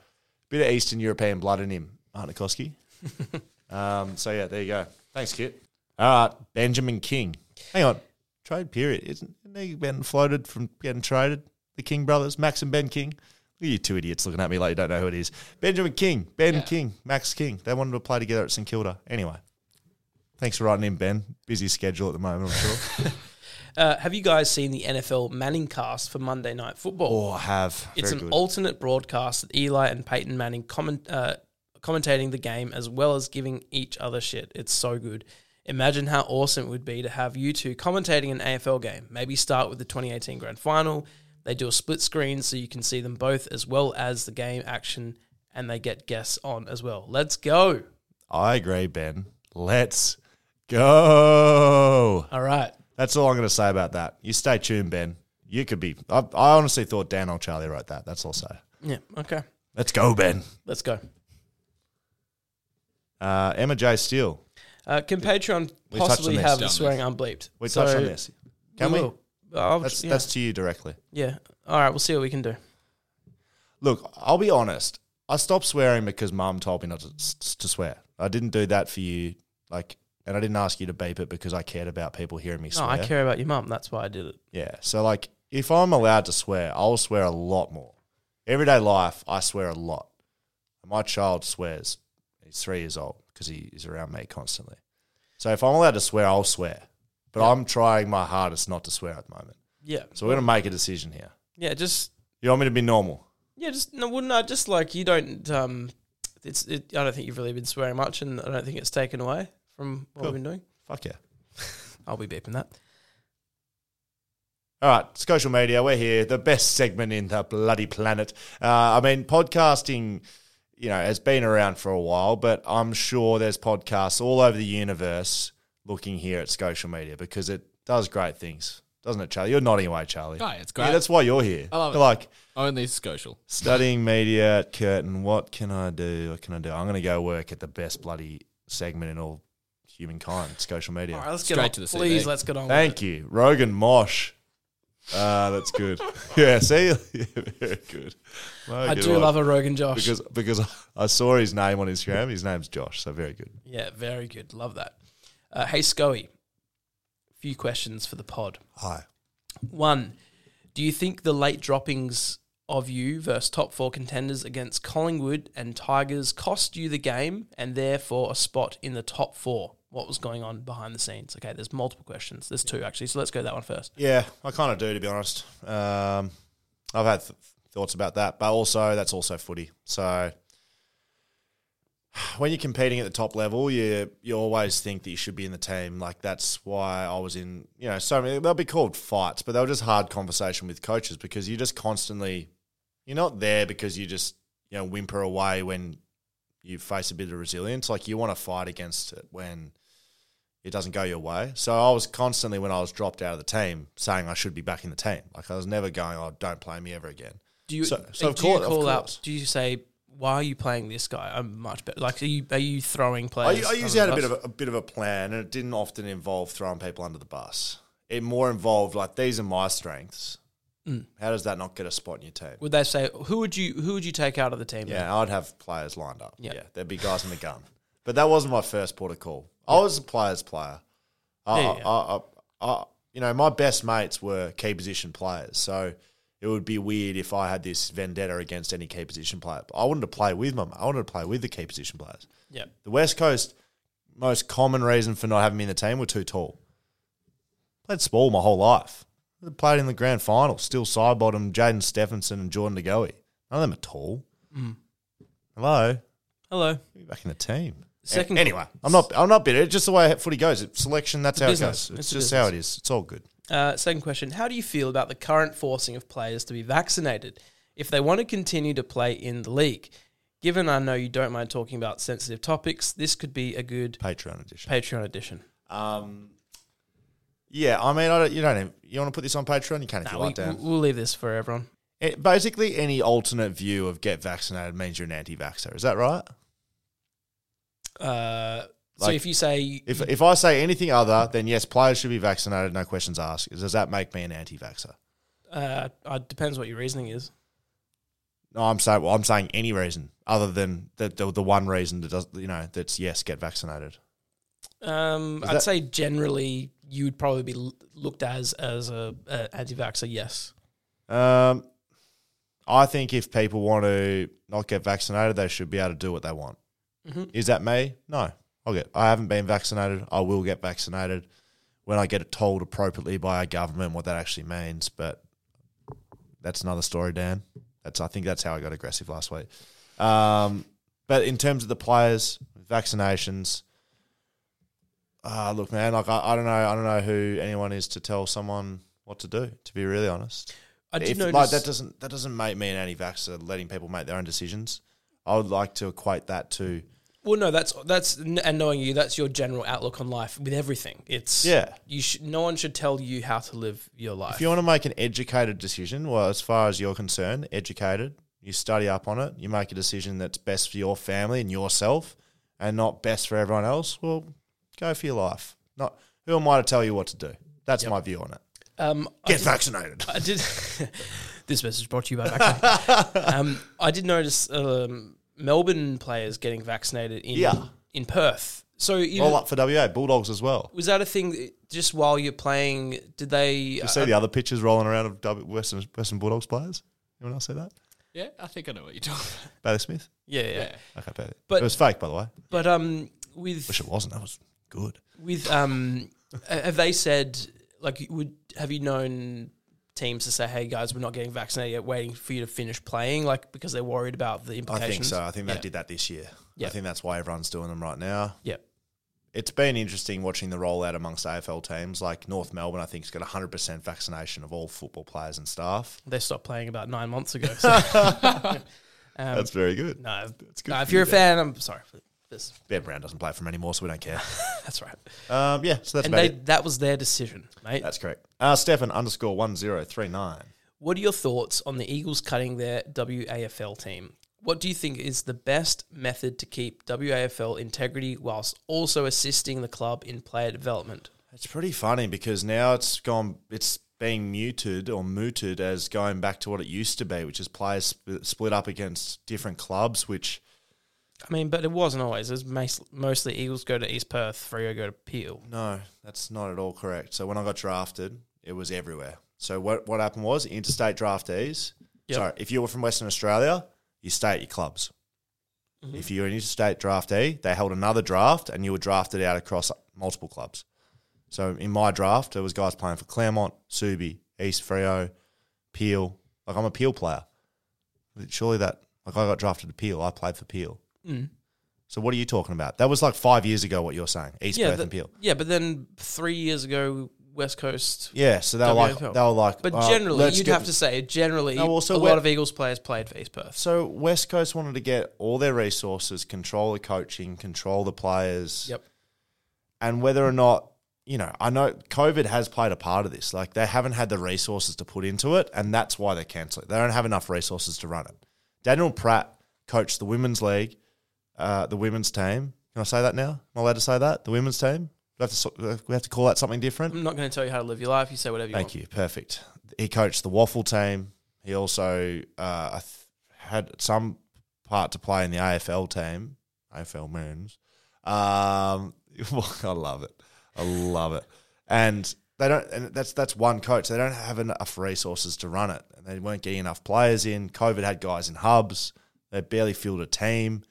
[SPEAKER 3] bit of Eastern European blood in him, Martin Nikoski. um, so yeah, there you go. Thanks, Kit. All right, Benjamin King. Hang on, trade period isn't, isn't he been floated from getting traded? The King brothers, Max and Ben King. Look at you two idiots looking at me like you don't know who it is. Benjamin King, Ben King, Max King. They wanted to play together at St Kilda. Anyway, thanks for writing in, Ben. Busy schedule at the moment, I'm sure.
[SPEAKER 5] Uh, have you guys seen the NFL Manning cast for Monday Night Football?
[SPEAKER 3] Oh, I have.
[SPEAKER 5] it's
[SPEAKER 3] Very
[SPEAKER 5] an
[SPEAKER 3] good.
[SPEAKER 5] alternate broadcast that Eli and Peyton Manning comment, uh, commentating the game as well as giving each other shit. It's so good. Imagine how awesome it would be to have you two commentating an AFL game. Maybe start with the 2018 Grand Final. They do a split screen so you can see them both as well as the game action, and they get guests on as well. Let's go.
[SPEAKER 3] I agree, Ben. Let's go.
[SPEAKER 5] All right.
[SPEAKER 3] That's all I'm going to say about that. You stay tuned, Ben. You could be. I, I honestly thought Dan or Charlie wrote that. That's all I'll say.
[SPEAKER 5] Yeah. Okay.
[SPEAKER 3] Let's go, Ben.
[SPEAKER 5] Let's go.
[SPEAKER 3] Uh, Emma J. Steele.
[SPEAKER 5] Uh, can Patreon
[SPEAKER 3] We touched on
[SPEAKER 5] possibly
[SPEAKER 3] this,
[SPEAKER 5] have
[SPEAKER 4] done this.
[SPEAKER 5] swearing unbleeped?
[SPEAKER 3] We
[SPEAKER 5] So-
[SPEAKER 3] touched on this. Can we?
[SPEAKER 5] will. I'll-
[SPEAKER 3] That's,
[SPEAKER 5] yeah.
[SPEAKER 3] that's to you directly.
[SPEAKER 5] yeah. All right, we'll see what we can do.
[SPEAKER 3] Look, I'll be honest. I stopped swearing because mum told me not to, s- to swear. I didn't do that for you. Like, and I didn't ask you to beep it because I cared about people hearing me
[SPEAKER 5] No,
[SPEAKER 3] swear.
[SPEAKER 5] I care about your mum. That's why I did it.
[SPEAKER 3] Yeah. So like if I'm allowed to swear, I'll swear a lot more. Everyday life, I swear a lot. My child swears. He's three years old because he is around me constantly. So if I'm allowed to swear, I'll swear. But I'm trying my hardest not to swear at the moment.
[SPEAKER 5] Yeah.
[SPEAKER 3] So we're going to make a decision here.
[SPEAKER 5] Yeah, just
[SPEAKER 3] You want me to be normal?
[SPEAKER 5] yeah, just no, wouldn't I just like you don't um it's it, I don't think you've really been swearing much and I don't think it's taken away from what we've been doing.
[SPEAKER 3] Fuck yeah.
[SPEAKER 5] I'll be beeping that.
[SPEAKER 3] All right, social media, we're here, the best segment in the bloody planet. Uh, I mean, podcasting, you know, has been around for a while, but I'm sure there's podcasts all over the universe looking here at social media because it does great things, doesn't it, Charlie? You're nodding away, Charlie.
[SPEAKER 4] Guy, it's
[SPEAKER 3] Yeah,
[SPEAKER 4] great.
[SPEAKER 3] that's why you're here.
[SPEAKER 4] I love it.
[SPEAKER 3] You're like
[SPEAKER 4] Only social.
[SPEAKER 3] studying media at Curtin. What can I do? What can I do? I'm going to go work at the best bloody segment in all humankind, social media.
[SPEAKER 5] All right, let's
[SPEAKER 4] Straight
[SPEAKER 5] get on.
[SPEAKER 4] to the
[SPEAKER 5] Please,
[SPEAKER 4] CV.
[SPEAKER 5] let's get on. with it.
[SPEAKER 3] Thank you, Rogan Mosh. Ah, that's good. yeah, see, very good.
[SPEAKER 5] I do love a Rogan Josh.
[SPEAKER 3] because because I saw his name on Instagram. His name's Josh, so very good.
[SPEAKER 5] yeah, very good. Love that. Uh, hey, Scoey, few questions for the pod.
[SPEAKER 3] Hi.
[SPEAKER 5] One, do you think the late droppings of you versus top four contenders against Collingwood and Tigers cost you the game and therefore a spot in the top four? What was going on behind the scenes? Okay, there's multiple questions. There's two actually, so let's go that one first.
[SPEAKER 3] Yeah, I kind of do to be honest. Um, I've had th- thoughts about that, but also that's also footy. So when you're competing at the top level, you you always think that you should be in the team. Like that's why I was in. You know, so many they'll be called fights, but they were just hard conversation with coaches because you're just constantly you're not there because you just you know whimper away when you face a bit of resilience. Like you want to fight against it when it doesn't go your way. So I was constantly, when I was dropped out of the team, saying I should be back in the team. Like I was never going, oh, don't play me ever again.
[SPEAKER 5] Do you uh,
[SPEAKER 3] So- so of
[SPEAKER 5] do
[SPEAKER 3] course-
[SPEAKER 5] you
[SPEAKER 3] of
[SPEAKER 5] call out?
[SPEAKER 3] course.
[SPEAKER 5] Do you say why are you playing this guy? I'm much better. Like, are you are you throwing
[SPEAKER 3] I,
[SPEAKER 5] players?
[SPEAKER 3] I
[SPEAKER 5] under
[SPEAKER 3] usually
[SPEAKER 5] the
[SPEAKER 3] had a
[SPEAKER 5] bus?
[SPEAKER 3] bit of a, a bit of a plan, and it didn't often involve throwing people under the bus. It more involved like these are my strengths.
[SPEAKER 5] Mm.
[SPEAKER 3] How does that not get a spot in your team?
[SPEAKER 5] Would they say who would you who would you take out of the team?
[SPEAKER 3] Yeah, I'd have players lined up.
[SPEAKER 5] Yeah.
[SPEAKER 3] Yeah, there'd be guys in the gun. But that wasn't my first port of call. I was a player's player. I,
[SPEAKER 5] Yeah, yeah.
[SPEAKER 3] I, I, I, you know, my best mates were key position players, so it would be weird if I had this vendetta against any key position player. I wanted to play with my. I wanted to play with the key position players.
[SPEAKER 5] Yeah.
[SPEAKER 3] The West Coast most common reason for not having me in the team were too tall. Played small my whole life. Played in the grand final, still side bottom. Jaden Stephenson and Jordan DeGoey. None of them are tall.
[SPEAKER 5] Mm.
[SPEAKER 3] Hello,
[SPEAKER 5] Hello.
[SPEAKER 3] be back in the team.
[SPEAKER 5] Second-
[SPEAKER 3] Second, anyway, I'm not. I'm not bitter. It's just the way footy goes. It's selection. That's
[SPEAKER 5] It's a
[SPEAKER 3] how
[SPEAKER 5] business.
[SPEAKER 3] it goes. It's,
[SPEAKER 5] It's a
[SPEAKER 3] just how it is. It's all good.
[SPEAKER 5] Uh, second question: How do you feel about the current forcing of players to be vaccinated if they want to continue to play in the league? Given I know you don't mind talking about sensitive topics, this could be a good
[SPEAKER 3] Patreon edition.
[SPEAKER 5] Patreon edition.
[SPEAKER 3] um, yeah. I mean, I don't. You don't. Even, you want to put this on Patreon? You can if you
[SPEAKER 5] Nah, we,
[SPEAKER 3] like, Dan.
[SPEAKER 5] we'll leave this for everyone.
[SPEAKER 3] It- basically, any alternate view of get vaccinated means you're an anti-vaxxer. Is that right?
[SPEAKER 5] Uh, so
[SPEAKER 3] Like-
[SPEAKER 5] if you say
[SPEAKER 3] If if I say anything other, then yes, players should be vaccinated. No questions asked. Does that make me an anti-vaxxer?
[SPEAKER 5] uh, uh, depends what your reasoning is.
[SPEAKER 3] No, I'm saying. Well, I'm saying any reason other than the, the the one reason that does. You know, that's yes, get vaccinated.
[SPEAKER 5] Um,
[SPEAKER 3] Is
[SPEAKER 5] I'd
[SPEAKER 3] that-
[SPEAKER 5] say generally you would probably be l- looked as as a, a anti-vaxxer. Yes.
[SPEAKER 3] Um, I think if people want to not get vaccinated, they should be able to do what they want. Is that me? No. I'll get. I haven't been vaccinated. I will get vaccinated when I get told appropriately by our government what that actually means. But that's another story, Dan. That's. I think that's how I got aggressive last week. Um, but in terms of the players, vaccinations. Ah, look, man. Like I, I don't know. I don't know who anyone is to tell someone what to do. To be really honest.
[SPEAKER 5] I did
[SPEAKER 3] If,
[SPEAKER 5] notice.
[SPEAKER 3] like that doesn't that doesn't make me an anti-vaxxer, letting people make their own decisions. I would like to equate that to
[SPEAKER 5] Well, no, that's that's and knowing you, that's your general outlook on life with everything. It's
[SPEAKER 3] Yeah.
[SPEAKER 5] You should no one should tell you how to live your life.
[SPEAKER 3] if you want to make an educated decision. Well, as far as you're concerned, educated, you study up on it, you make a decision that's best for your family and yourself, and not best for everyone else. Well, go for your life. Not who am I to tell you what to do? That's my view on it.
[SPEAKER 5] um, I
[SPEAKER 3] Get
[SPEAKER 5] did,
[SPEAKER 3] vaccinated.
[SPEAKER 5] I did this message brought to you by vaccine. um, I did notice um, Melbourne players getting vaccinated in
[SPEAKER 3] Yeah. uh,
[SPEAKER 5] in Perth. So you
[SPEAKER 3] All up for WA Bulldogs as well.
[SPEAKER 5] was that a thing? Just while you're playing, did they? uh,
[SPEAKER 3] You see the other pictures rolling around of W- Western Western Bulldogs players. Anyone else see that?
[SPEAKER 4] Yeah, I think I know what you're talking about.
[SPEAKER 3] Bailey Smith.
[SPEAKER 5] yeah, yeah,
[SPEAKER 4] Yeah.
[SPEAKER 3] Okay, Bailey.
[SPEAKER 5] But-
[SPEAKER 3] it was fake, by the way.
[SPEAKER 5] But um, with
[SPEAKER 3] Wish it wasn't. That was good.
[SPEAKER 5] with um Uh, Have they said like would have you known teams to say, "Hey guys, we're not getting vaccinated yet, waiting for you to finish playing," like because they're worried about the
[SPEAKER 3] I
[SPEAKER 5] implications?
[SPEAKER 3] think so. I think they
[SPEAKER 5] Yeah.
[SPEAKER 3] did that this year.
[SPEAKER 5] Yeah.
[SPEAKER 3] I think that's why everyone's doing them right now.
[SPEAKER 5] Yeah,
[SPEAKER 3] It's been interesting watching the rollout amongst AFL teams. Like North Melbourne, I think, has got 100% vaccination of all football players and staff.
[SPEAKER 5] they stopped playing about nine months ago. So. Um,
[SPEAKER 3] That's very good.
[SPEAKER 5] no,
[SPEAKER 3] that's good
[SPEAKER 5] no,
[SPEAKER 3] for
[SPEAKER 5] if you're
[SPEAKER 3] you,
[SPEAKER 5] a fan, I'm sorry. for This
[SPEAKER 3] Ben Brown doesn't play for him anymore, so we don't care.
[SPEAKER 5] that's right.
[SPEAKER 3] um, yeah, so that's
[SPEAKER 5] and
[SPEAKER 3] about
[SPEAKER 5] they,
[SPEAKER 3] it.
[SPEAKER 5] that was their decision, mate.
[SPEAKER 3] That's correct. Uh, Stefan underscore 1039.
[SPEAKER 5] What are your thoughts on the Eagles cutting their WAFL team? What do you think is the best method to keep WAFL integrity whilst also assisting the club in player development?
[SPEAKER 3] It's pretty funny because now it's gone. It's being muted or mooted as going back to what it used to be, which is players sp- split up against different clubs. Which
[SPEAKER 5] I mean, but it wasn't always. It was mas- mostly Eagles go to East Perth, Freo go to Peel.
[SPEAKER 3] no, that's not at all correct. So when I got drafted, it was everywhere. So what what happened was interstate draftees.
[SPEAKER 5] Yep.
[SPEAKER 3] Sorry, if you were from Western Australia, you stay at your clubs.
[SPEAKER 5] Mm-hmm.
[SPEAKER 3] If you're an interstate draftee, they held another draft and you were drafted out across multiple clubs. So in my draft, there was guys playing for Claremont, Subi, East Freo, Peel. Like I'm a Peel player. Surely that like I got drafted to Peel. I played for Peel.
[SPEAKER 5] Mm.
[SPEAKER 3] So what are you talking about? That was like five years ago. What you're saying, East Perth
[SPEAKER 5] the-
[SPEAKER 3] and Peel.
[SPEAKER 5] yeah, but then three years ago, West Coast.
[SPEAKER 3] Yeah. So they were like
[SPEAKER 5] WFL.
[SPEAKER 3] they were like.
[SPEAKER 5] But
[SPEAKER 3] "Oh,
[SPEAKER 5] generally,
[SPEAKER 3] let's
[SPEAKER 5] you'd
[SPEAKER 3] get-
[SPEAKER 5] have to say generally
[SPEAKER 3] No, also
[SPEAKER 5] a
[SPEAKER 3] we're-
[SPEAKER 5] lot of Eagles players played for East Perth.
[SPEAKER 3] So West Coast wanted to get all their resources, control the coaching, control the players.
[SPEAKER 5] Yep.
[SPEAKER 3] and whether or not you know i know covid has played a part of this like they haven't had the resources to put into it and that's why they cancel it they don't have enough resources to run it daniel pratt coached the women's league uh, the women's team can i say that now am i allowed to say that the women's team we have to, so- we have to call that something different
[SPEAKER 5] I'm not going to tell you how to live your life. You say whatever you want.
[SPEAKER 3] Thank you. Perfect. He coached the waffle team. He also uh, I th- had some part to play in the AFL team, AFL Moons. Um, I love it. I love it. And they don't. And that's that's one coach. They don't have enough resources to run it, and they weren't getting enough players in. COVID had guys in hubs. They barely fielded a team.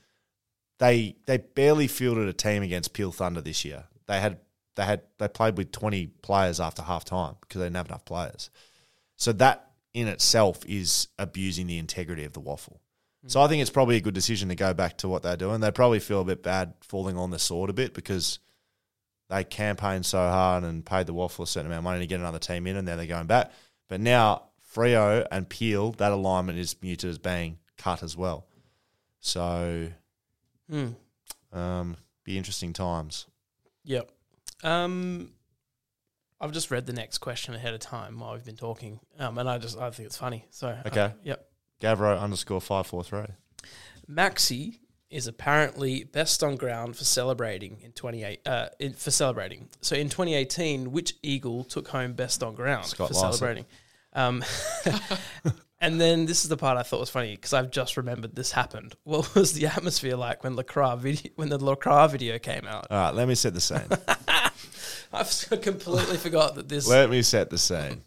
[SPEAKER 3] They they barely fielded a team against Peel Thunder this year. They had they had they played with twenty players after half time because they didn't have enough players. So that in itself is abusing the integrity of the waffle. So I think it's probably a good decision to go back to what they're doing. They probably feel a bit bad falling on the sword a bit because they campaigned so hard and paid the waffle a certain amount of money to get another team in, and now they're going back. But now Frio and Peel, that alignment is muted as being cut as well. So
[SPEAKER 5] Hmm.
[SPEAKER 3] um, be interesting times.
[SPEAKER 5] Yep. Um, I've just read the next question ahead of time while we've been talking, um, and I just I think it's funny. So uh,
[SPEAKER 3] Okay.
[SPEAKER 5] yep.
[SPEAKER 3] Gavro underscore five four three.
[SPEAKER 5] Maxi is apparently best on ground for celebrating in twenty eight uh, in, for celebrating. So in twenty eighteen, which eagle took home best on ground
[SPEAKER 3] Scott
[SPEAKER 5] for
[SPEAKER 3] Larson.
[SPEAKER 5] celebrating? Um, and then this is the part I thought was funny because I've just remembered this happened. What was the atmosphere like when Lacra video when the Lacra video came out?
[SPEAKER 3] All right, let me set the scene.
[SPEAKER 5] I've completely forgot that this.
[SPEAKER 3] let me set the scene.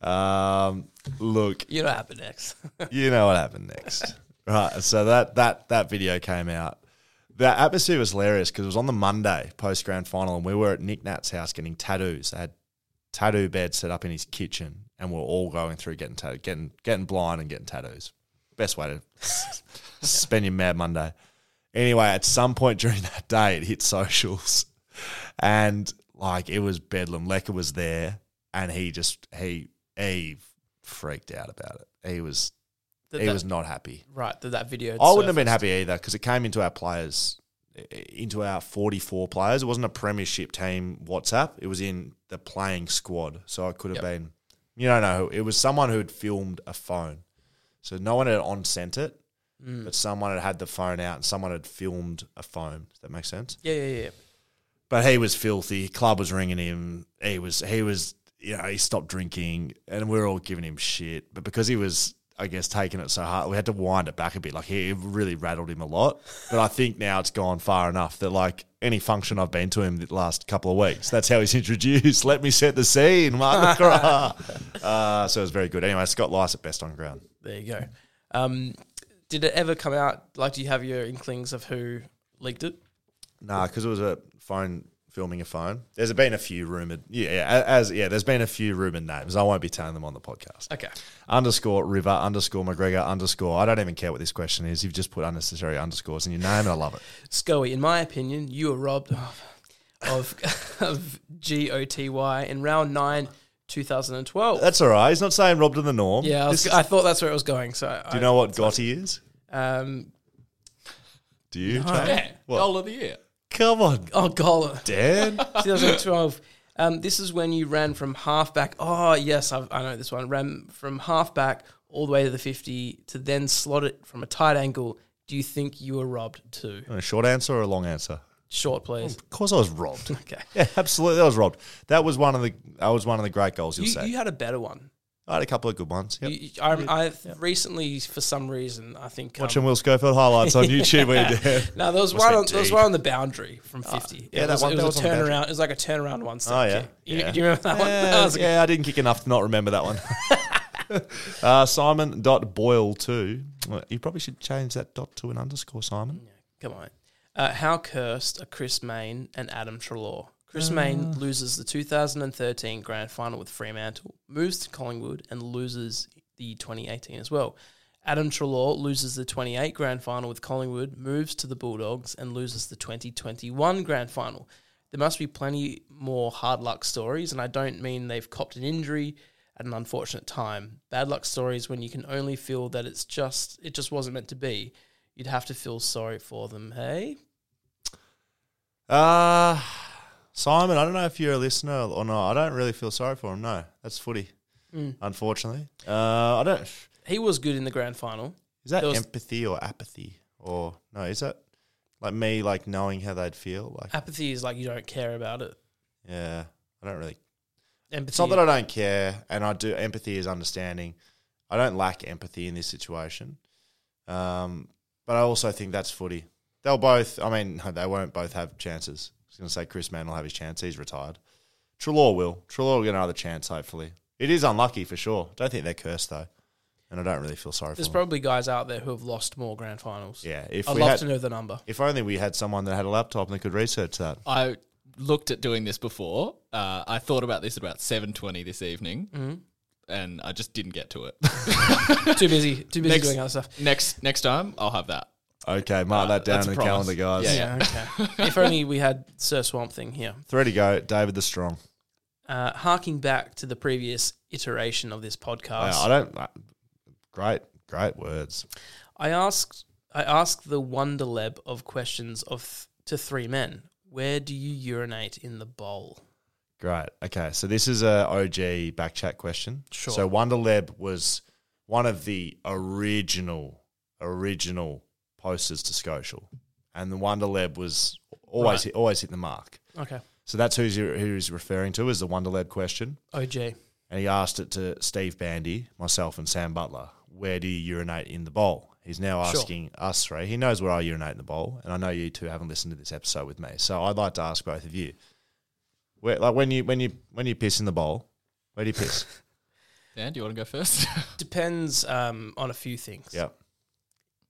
[SPEAKER 3] Um, look,
[SPEAKER 5] you know what happened next.
[SPEAKER 3] you know what happened next, right? So that that that video came out. The atmosphere was hilarious because it was on the Monday post grand final, and we were at Nick Nat's house getting tattoos. They had tattoo bed set up in his kitchen, and we're all going through getting tattoo, getting getting blind and getting tattoos. Best way to s- spend your mad Monday. Anyway, at some point during that day, it hit socials, and like it was bedlam. Lecker was there, and he just he he freaked out about it. He was
[SPEAKER 5] That-
[SPEAKER 3] he
[SPEAKER 5] that-
[SPEAKER 3] was not happy.
[SPEAKER 5] right that that video. had
[SPEAKER 3] I wouldn't have been
[SPEAKER 5] surfaced.
[SPEAKER 3] happy either because it came into our players, i- into our 44 players. It wasn't a premiership team WhatsApp. It was in the playing squad. So it could have
[SPEAKER 5] Yep.
[SPEAKER 3] been, you don't know, who. it was someone who had filmed a phone. So no one had on sent it,
[SPEAKER 5] Mm.
[SPEAKER 3] but someone had had the phone out and someone had filmed a phone. Does that make sense?
[SPEAKER 5] Yeah, yeah, yeah.
[SPEAKER 3] But he was filthy. Club was ringing him. He was he was you know he stopped drinking, and we were all giving him shit. But because he was, I guess, taking it so hard, we had to wind it back a bit. Like he it really rattled him a lot. But I think now it's gone far enough that like any function I've been to him the last couple of weeks, that's how he's introduced. Let me set the scene, Mark McGrath. uh, So it was very good. Anyway, Scott Lice at best on ground.
[SPEAKER 5] There you go. Um, did it ever come out? Like, do you have your inklings of who leaked it?
[SPEAKER 3] Nah, because it was a phone. filming a phone. There's been a few rumored, yeah, yeah, as yeah, there's been a few rumored names. I won't be telling them on the podcast.
[SPEAKER 5] Okay.
[SPEAKER 3] Underscore River underscore McGregor underscore. I don't even care what this question is. You've just put unnecessary underscores in your name, and I love it.
[SPEAKER 5] Scoey, in my opinion, you were robbed of of, of G O T Y in round nine, 2012.
[SPEAKER 3] That's all right. He's not saying robbed of the norm.
[SPEAKER 5] yeah, I, was,
[SPEAKER 3] This-
[SPEAKER 5] I thought that's where it was going. So
[SPEAKER 3] do you know what Gotti is?
[SPEAKER 5] Um,
[SPEAKER 3] Do you?
[SPEAKER 4] Yeah,
[SPEAKER 3] Charlie? What?
[SPEAKER 4] goal of the year.
[SPEAKER 3] Come on,
[SPEAKER 5] oh, goal.
[SPEAKER 3] Dan.
[SPEAKER 5] 2012. Um, this is when you ran from halfback. Oh, yes, I've, I know this one. Ran from halfback all the way to the 50 to then slot it from a tight angle. Do you think you were robbed too?
[SPEAKER 3] a short answer or a long answer?
[SPEAKER 5] Short, please.
[SPEAKER 3] Of course, I was robbed.
[SPEAKER 5] Okay.
[SPEAKER 3] Yeah, absolutely. I was robbed. That was one of the. That was one of the great goals. You'll
[SPEAKER 5] You,
[SPEAKER 3] say.
[SPEAKER 5] you had a better one.
[SPEAKER 3] I had a couple of good ones. Yep.
[SPEAKER 5] You, you- I, I recently, for some reason, I think.
[SPEAKER 3] Watching
[SPEAKER 5] um,
[SPEAKER 3] Will Schofield highlights on YouTube when you did.
[SPEAKER 5] no, there was
[SPEAKER 3] Must
[SPEAKER 5] one.
[SPEAKER 3] be
[SPEAKER 5] On, there was
[SPEAKER 3] deep.
[SPEAKER 5] one on the boundary from fifty.
[SPEAKER 3] Ah. yeah,
[SPEAKER 5] it
[SPEAKER 3] that
[SPEAKER 5] was,
[SPEAKER 3] one-
[SPEAKER 5] It
[SPEAKER 3] that was
[SPEAKER 5] was a
[SPEAKER 3] on the boundary.
[SPEAKER 5] turnaround. It was like a turnaround one.
[SPEAKER 3] Oh yeah,
[SPEAKER 5] You,
[SPEAKER 3] yeah.
[SPEAKER 5] you remember that one?
[SPEAKER 3] Yeah,
[SPEAKER 5] That was a good-
[SPEAKER 3] yeah, I didn't kick enough to not remember that one. uh, Simon dot Boyle two. You probably should change that dot to an underscore, Simon.
[SPEAKER 5] Come on. Uh, how cursed are Chris Main and Adam Trelaw? Chris Main loses the 2013 grand final with Fremantle, moves to Collingwood, and loses the 2018 as well. Adam Trelaw loses the 28 grand final with Collingwood, moves to the Bulldogs, and loses the 2021 grand final. There must be plenty more hard luck stories, and I don't mean they've copped an injury at an unfortunate time. Bad luck stories when you can only feel that it's just it just wasn't meant to be. You'd have to feel sorry for them, hey?
[SPEAKER 3] Uh, Simon, I don't know if you're a listener or not. I don't really feel sorry for him. No, that's footy,
[SPEAKER 5] Mm.
[SPEAKER 3] unfortunately. Uh, I don't. Is
[SPEAKER 5] He was good in the grand final.
[SPEAKER 3] that
[SPEAKER 5] There was-
[SPEAKER 3] empathy or apathy or no? Is that like me, like knowing how they'd feel? Like,
[SPEAKER 5] Apathy is like you don't care about it.
[SPEAKER 3] yeah, I don't really
[SPEAKER 5] Empathy.
[SPEAKER 3] It's not that I don't care, and I do. Empathy is understanding. I don't lack empathy in this situation, um, but I also think that's footy. They'll both. I mean, they won't both have chances. I was going to say Chris Mann will have his chance. He's retired. Trelaw will. Trelaw will get another chance. Hopefully, it is unlucky for sure. Don't think they're cursed though, and I don't really feel sorry
[SPEAKER 5] There's
[SPEAKER 3] for them.
[SPEAKER 5] probably guys out there who have lost more grand finals.
[SPEAKER 3] Yeah, if
[SPEAKER 5] I'd
[SPEAKER 3] we
[SPEAKER 5] love
[SPEAKER 3] had,
[SPEAKER 5] to know the number.
[SPEAKER 3] if only we had someone that had a laptop and they could research that.
[SPEAKER 4] I looked at doing this before. Uh, I thought about this at about seven twenty this evening, and I just didn't get to it.
[SPEAKER 5] too busy. Too busy
[SPEAKER 4] Next-
[SPEAKER 5] doing other stuff.
[SPEAKER 4] next next time, I'll have that.
[SPEAKER 3] Okay, mark that down
[SPEAKER 4] that's
[SPEAKER 3] in
[SPEAKER 4] a
[SPEAKER 3] the
[SPEAKER 4] promise.
[SPEAKER 3] calendar, guys.
[SPEAKER 4] Yeah,
[SPEAKER 5] Yeah, okay. if only we had Sir Swamp Thing here.
[SPEAKER 3] Three to go. David the Strong.
[SPEAKER 5] Uh, harking back to the previous iteration of this podcast,
[SPEAKER 3] I don't. I, great, great words.
[SPEAKER 5] I asked I asked the wonder lab of questions of th- to three men. Where do you urinate in the bowl?
[SPEAKER 3] Great. Okay, so this is a OG back chat question.
[SPEAKER 5] Sure.
[SPEAKER 3] So Wonderlab was one of the original original posters to Scotial, and the Wonderlab was always
[SPEAKER 5] Right.
[SPEAKER 3] hit, always hit the mark.
[SPEAKER 5] Okay.
[SPEAKER 3] So that's who's who he's referring to is the Wonderlab question,
[SPEAKER 5] OJ.
[SPEAKER 3] and he asked it to Steve Bandy, myself, and Sam Butler. Where do you urinate in the bowl? He's now
[SPEAKER 5] Sure.
[SPEAKER 3] asking us three. He knows where I urinate in the bowl, and I know you two haven't listened to this episode with me. So I'd like to ask both of you. Where, like when you when you when you piss in the bowl, where do you piss?
[SPEAKER 4] Dan, do you want to go first?
[SPEAKER 5] Depends um, on a few things.
[SPEAKER 3] yep.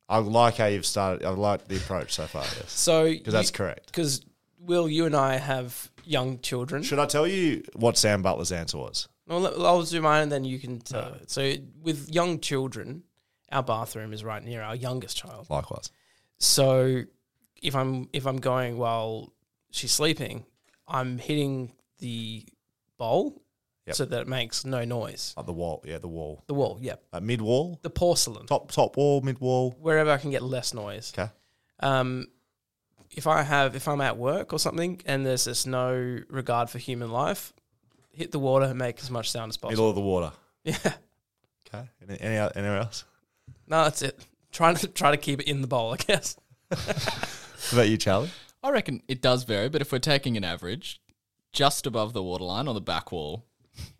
[SPEAKER 3] I like how you've started. I like the approach so far. Yes,
[SPEAKER 5] So
[SPEAKER 3] because that's correct.
[SPEAKER 5] Because Will, you and I have young children.
[SPEAKER 3] Should I tell you what Sam Butler's answer was?
[SPEAKER 5] Well, let- I'll do mine, and then you can tell. it. So with young children, our bathroom is right near our youngest child.
[SPEAKER 3] Likewise.
[SPEAKER 5] So if I'm if I'm going while she's sleeping, I'm hitting the bowl
[SPEAKER 3] Yep.
[SPEAKER 5] so that it makes no noise.
[SPEAKER 3] Like the wall. Yeah, the wall.
[SPEAKER 5] The wall, yep.
[SPEAKER 3] Uh, mid wall.
[SPEAKER 5] The porcelain,
[SPEAKER 3] Top top wall. Mid wall.
[SPEAKER 5] wherever I can get less noise.
[SPEAKER 3] Okay.
[SPEAKER 5] um, if I have if I'm at work or something and there's just no regard for human life, hit the water and make as much sound as possible.
[SPEAKER 3] Middle of the water.
[SPEAKER 5] yeah,
[SPEAKER 3] Okay. Any, any anywhere else?
[SPEAKER 5] no, that's it. Trying to try to keep it in the bowl, I guess.
[SPEAKER 3] What about you, Charlie?
[SPEAKER 4] I reckon it does vary, but if we're taking an average, just above the waterline on the back wall.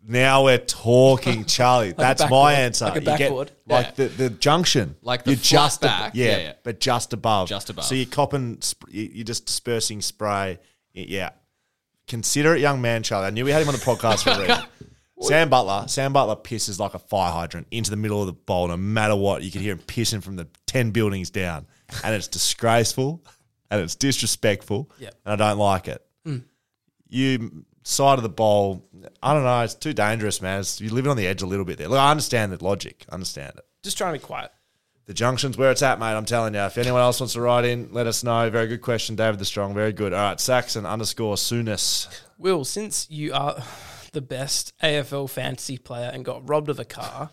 [SPEAKER 3] Now we're talking, Charlie. That's
[SPEAKER 5] backward-
[SPEAKER 3] my answer.
[SPEAKER 5] like a
[SPEAKER 3] You
[SPEAKER 5] backward.
[SPEAKER 3] like the,
[SPEAKER 4] Yeah.
[SPEAKER 3] the junction,
[SPEAKER 4] Like the
[SPEAKER 3] You're
[SPEAKER 4] flat
[SPEAKER 3] ab-
[SPEAKER 4] back.
[SPEAKER 3] yeah,
[SPEAKER 4] Yeah, yeah.
[SPEAKER 3] but just above,
[SPEAKER 4] Just above.
[SPEAKER 3] So you're copping, sp- you- you're just dispersing spray. Y- Yeah, consider it, young man, Charlie. I knew we had him on the podcast for a reason. Sam Butler, Sam Butler pisses like a fire hydrant into the middle of the bowl. No matter what, you can hear him pissing from the ten buildings down, and it's disgraceful, and it's disrespectful,
[SPEAKER 5] Yep.
[SPEAKER 4] Mm.
[SPEAKER 3] and I don't like it. you side of the bowl. I don't know. It's too dangerous, man. It's, you're living on the edge a little bit there. Look, I understand the logic. I understand it.
[SPEAKER 5] Just trying to be quiet.
[SPEAKER 3] The junction's where it's at, mate. I'm telling you. If anyone else wants to write in, let us know. Very good question, David the Strong. Very good. All right, Saxon underscore Soonis.
[SPEAKER 5] Will, since you are the best AFL fantasy player and got robbed of a car,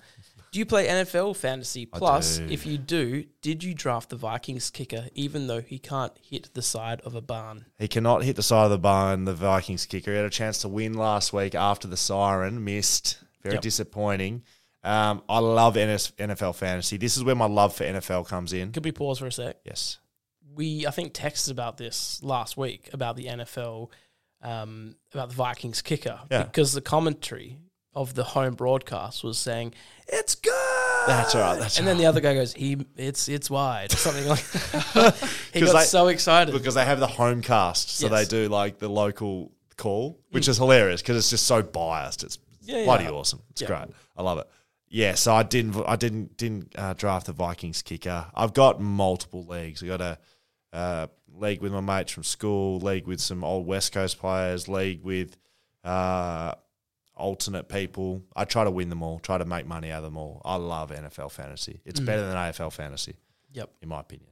[SPEAKER 5] do you play NFL fantasy? Plus,
[SPEAKER 3] do.
[SPEAKER 5] if you do, did you draft the Vikings kicker even though he can't hit the side of a barn?
[SPEAKER 3] He cannot hit the side of the barn. The Vikings kicker he had a chance to win last week after the siren missed. Very
[SPEAKER 5] Yep.
[SPEAKER 3] disappointing. Um, I love NS- NFL fantasy. This is where my love for NFL comes in.
[SPEAKER 5] Could we pause for a sec?
[SPEAKER 3] Yes.
[SPEAKER 5] We, I think, texted about this last week about the NFL, um, about the Vikings kicker,
[SPEAKER 3] Yeah.
[SPEAKER 5] because the commentary of the home broadcast was saying, it's good.
[SPEAKER 3] That's all right. That's
[SPEAKER 5] and
[SPEAKER 3] all
[SPEAKER 5] then
[SPEAKER 3] right.
[SPEAKER 5] the other guy goes, "He, it's it's wide," or something like. he
[SPEAKER 3] 'Cause
[SPEAKER 5] got
[SPEAKER 3] they-
[SPEAKER 5] so excited.
[SPEAKER 3] because they have the home cast, so
[SPEAKER 5] Yes. Mm.
[SPEAKER 3] they do like the local call, which is hilarious because it's just so biased. It's
[SPEAKER 5] Yeah, yeah.
[SPEAKER 3] bloody awesome. It's
[SPEAKER 5] Yeah.
[SPEAKER 3] great. I love it. Yeah, so I didn't, I didn't, didn't uh, draft the Vikings kicker. I've got multiple leagues. I got a uh, league with my mates from school, league with some old West Coast players, league with uh, alternate people. I try to win them all. Try to make money out of them all. I love NFL fantasy. It's
[SPEAKER 5] Mm.
[SPEAKER 3] better than AFL fantasy,
[SPEAKER 5] Yep,
[SPEAKER 3] in my opinion.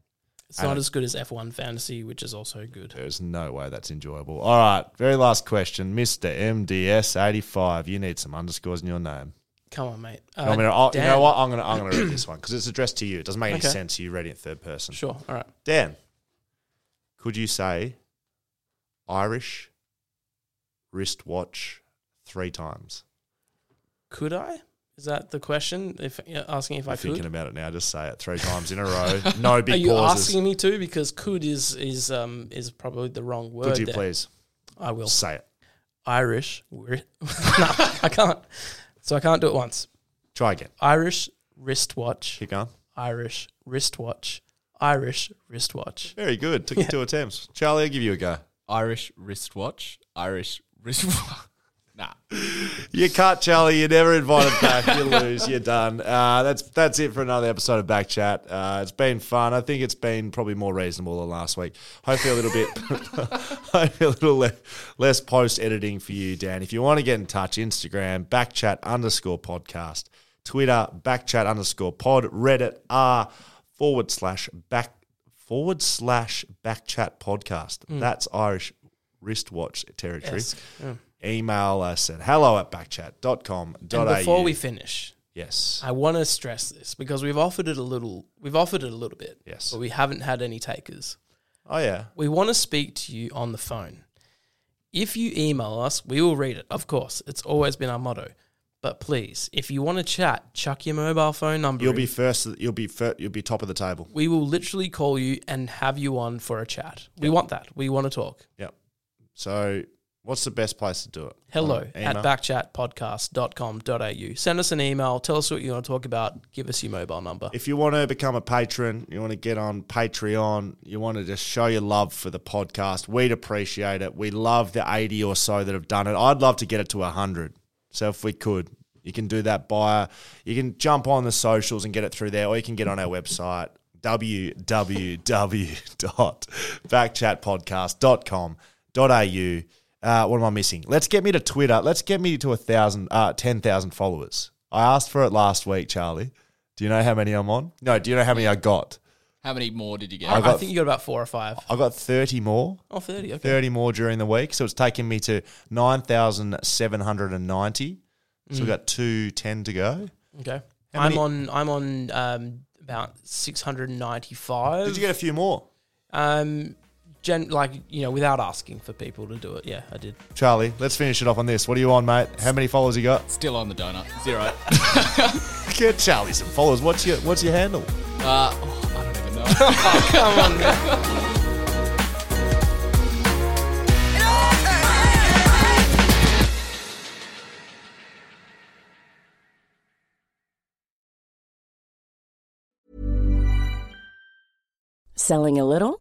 [SPEAKER 5] it's not as good as F one fantasy, which is also good.
[SPEAKER 3] There's no way that's enjoyable. All right, very last question, Mister MDS eighty five. You need some underscores in your name.
[SPEAKER 5] Come on, mate.
[SPEAKER 3] I mean,
[SPEAKER 5] Uh,
[SPEAKER 3] I'll, oh, you know
[SPEAKER 5] Dan.
[SPEAKER 3] what? I'm gonna I'm gonna read this one because it's addressed to you. It doesn't make any
[SPEAKER 5] Okay.
[SPEAKER 3] sense. You read it in third person.
[SPEAKER 5] Sure. All right.
[SPEAKER 3] Dan, could you say Irish wristwatch three times?
[SPEAKER 5] Could I? Is that the question? If yeah, asking if
[SPEAKER 3] I'm
[SPEAKER 5] I
[SPEAKER 3] thinking
[SPEAKER 5] could.
[SPEAKER 3] about it now. Just say it three times in a row. No big
[SPEAKER 5] Are you
[SPEAKER 3] pauses.
[SPEAKER 5] asking me to? Because could is is um is probably the wrong word.
[SPEAKER 3] could you
[SPEAKER 5] there.
[SPEAKER 3] please
[SPEAKER 5] I will.
[SPEAKER 3] say it?
[SPEAKER 5] Irish. wri- no, I can't. So I can't do it once.
[SPEAKER 3] Try again.
[SPEAKER 5] Irish wristwatch.
[SPEAKER 3] Keep going.
[SPEAKER 5] Irish wristwatch. Irish wristwatch.
[SPEAKER 3] Very good. Took you two attempts. Charlie, I'll give you a go.
[SPEAKER 4] Irish wristwatch. Irish wristwatch. nah.
[SPEAKER 3] You cut, Charlie. You're never invited back. You lose. You're done. Uh, that's that's it for another episode of Back Chat. Uh, it's been fun. I think it's been probably more reasonable than last week. Hopefully a little bit, hopefully a little le- less post editing for you, Dan. If you want to get in touch, Instagram backchat underscore podcast, Twitter backchat underscore pod, Reddit r forward slash back forward slash backchat podcast. That's Irish wristwatch territory
[SPEAKER 5] Mm. Yes. Yeah.
[SPEAKER 3] email us at hello at backchat.com.au.
[SPEAKER 5] And before we finish,
[SPEAKER 3] yes.
[SPEAKER 5] I want to stress this because we've offered it a little. We've offered it a little bit.
[SPEAKER 3] Yes.
[SPEAKER 5] But we haven't had any takers.
[SPEAKER 3] Oh, yeah.
[SPEAKER 5] We want to speak to you on the phone. If you email us, we will read it. Of course, it's always been our motto. But please, if you want to chat, chuck your mobile phone number.
[SPEAKER 3] You'll
[SPEAKER 5] in.
[SPEAKER 3] be first. You'll be fir- You'll be top of the table.
[SPEAKER 5] We will literally call you and have you on for a chat. We want that. We want to talk.
[SPEAKER 3] Yep. So, what's the best place to do it?
[SPEAKER 5] Hello
[SPEAKER 3] Um,
[SPEAKER 5] at
[SPEAKER 3] email.
[SPEAKER 5] backchatpodcast.com.au. Send us an email. Tell us what you want to talk about. Give us your mobile number.
[SPEAKER 3] If you want to become a patron, you want to get on Patreon, you want to just show your love for the podcast, we'd appreciate it. We love the 80 or so that have done it. I'd love to get it to 100. So if we could, you can do that by, you can jump on the socials and get it through there, or you can get on our website, www.backchatpodcast.com.au. Uh, what am I missing? Let's get me to Twitter. Let's get me to a thousand, uh, 10,000 followers. I asked for it last week, Charlie. Do you know how many I'm on? No, do you know how many I got?
[SPEAKER 4] How many more did you get?
[SPEAKER 5] I,
[SPEAKER 3] got-
[SPEAKER 5] I think you got about four or five.
[SPEAKER 3] I got 30 more.
[SPEAKER 5] Oh, 30. Okay.
[SPEAKER 3] 30 more during the week. So it's taken me to 9,790. So we've got 210 to go.
[SPEAKER 5] Okay.
[SPEAKER 3] How
[SPEAKER 5] I'm
[SPEAKER 3] many-
[SPEAKER 5] on. I'm on um, about six hundred and ninety-five.
[SPEAKER 3] Did you get a few more?
[SPEAKER 5] um, gen like you know without asking for people to do it? Yeah, I did.
[SPEAKER 3] Charlie, let's finish it off on this. What are you on, mate? How many followers you got?
[SPEAKER 4] Still on the donut. Uh, Zero.
[SPEAKER 3] Get Charlie some followers. What's your What's your handle?
[SPEAKER 4] Uh, oh, I don't even know.
[SPEAKER 6] Selling a little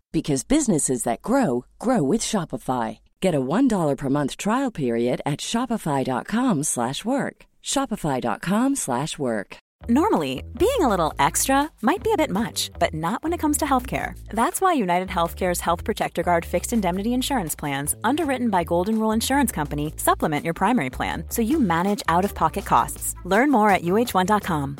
[SPEAKER 6] because businesses that grow grow with Shopify. Get a $1 per month trial period at shopify.com/work. shopify.com/work.
[SPEAKER 7] Normally, being a little extra might be a bit much, but not when it comes to healthcare. That's why United Healthcare's Health Protector Guard fixed indemnity insurance plans, underwritten by Golden Rule Insurance Company, supplement your primary plan so you manage out of pocket costs. Learn more at uh1.com.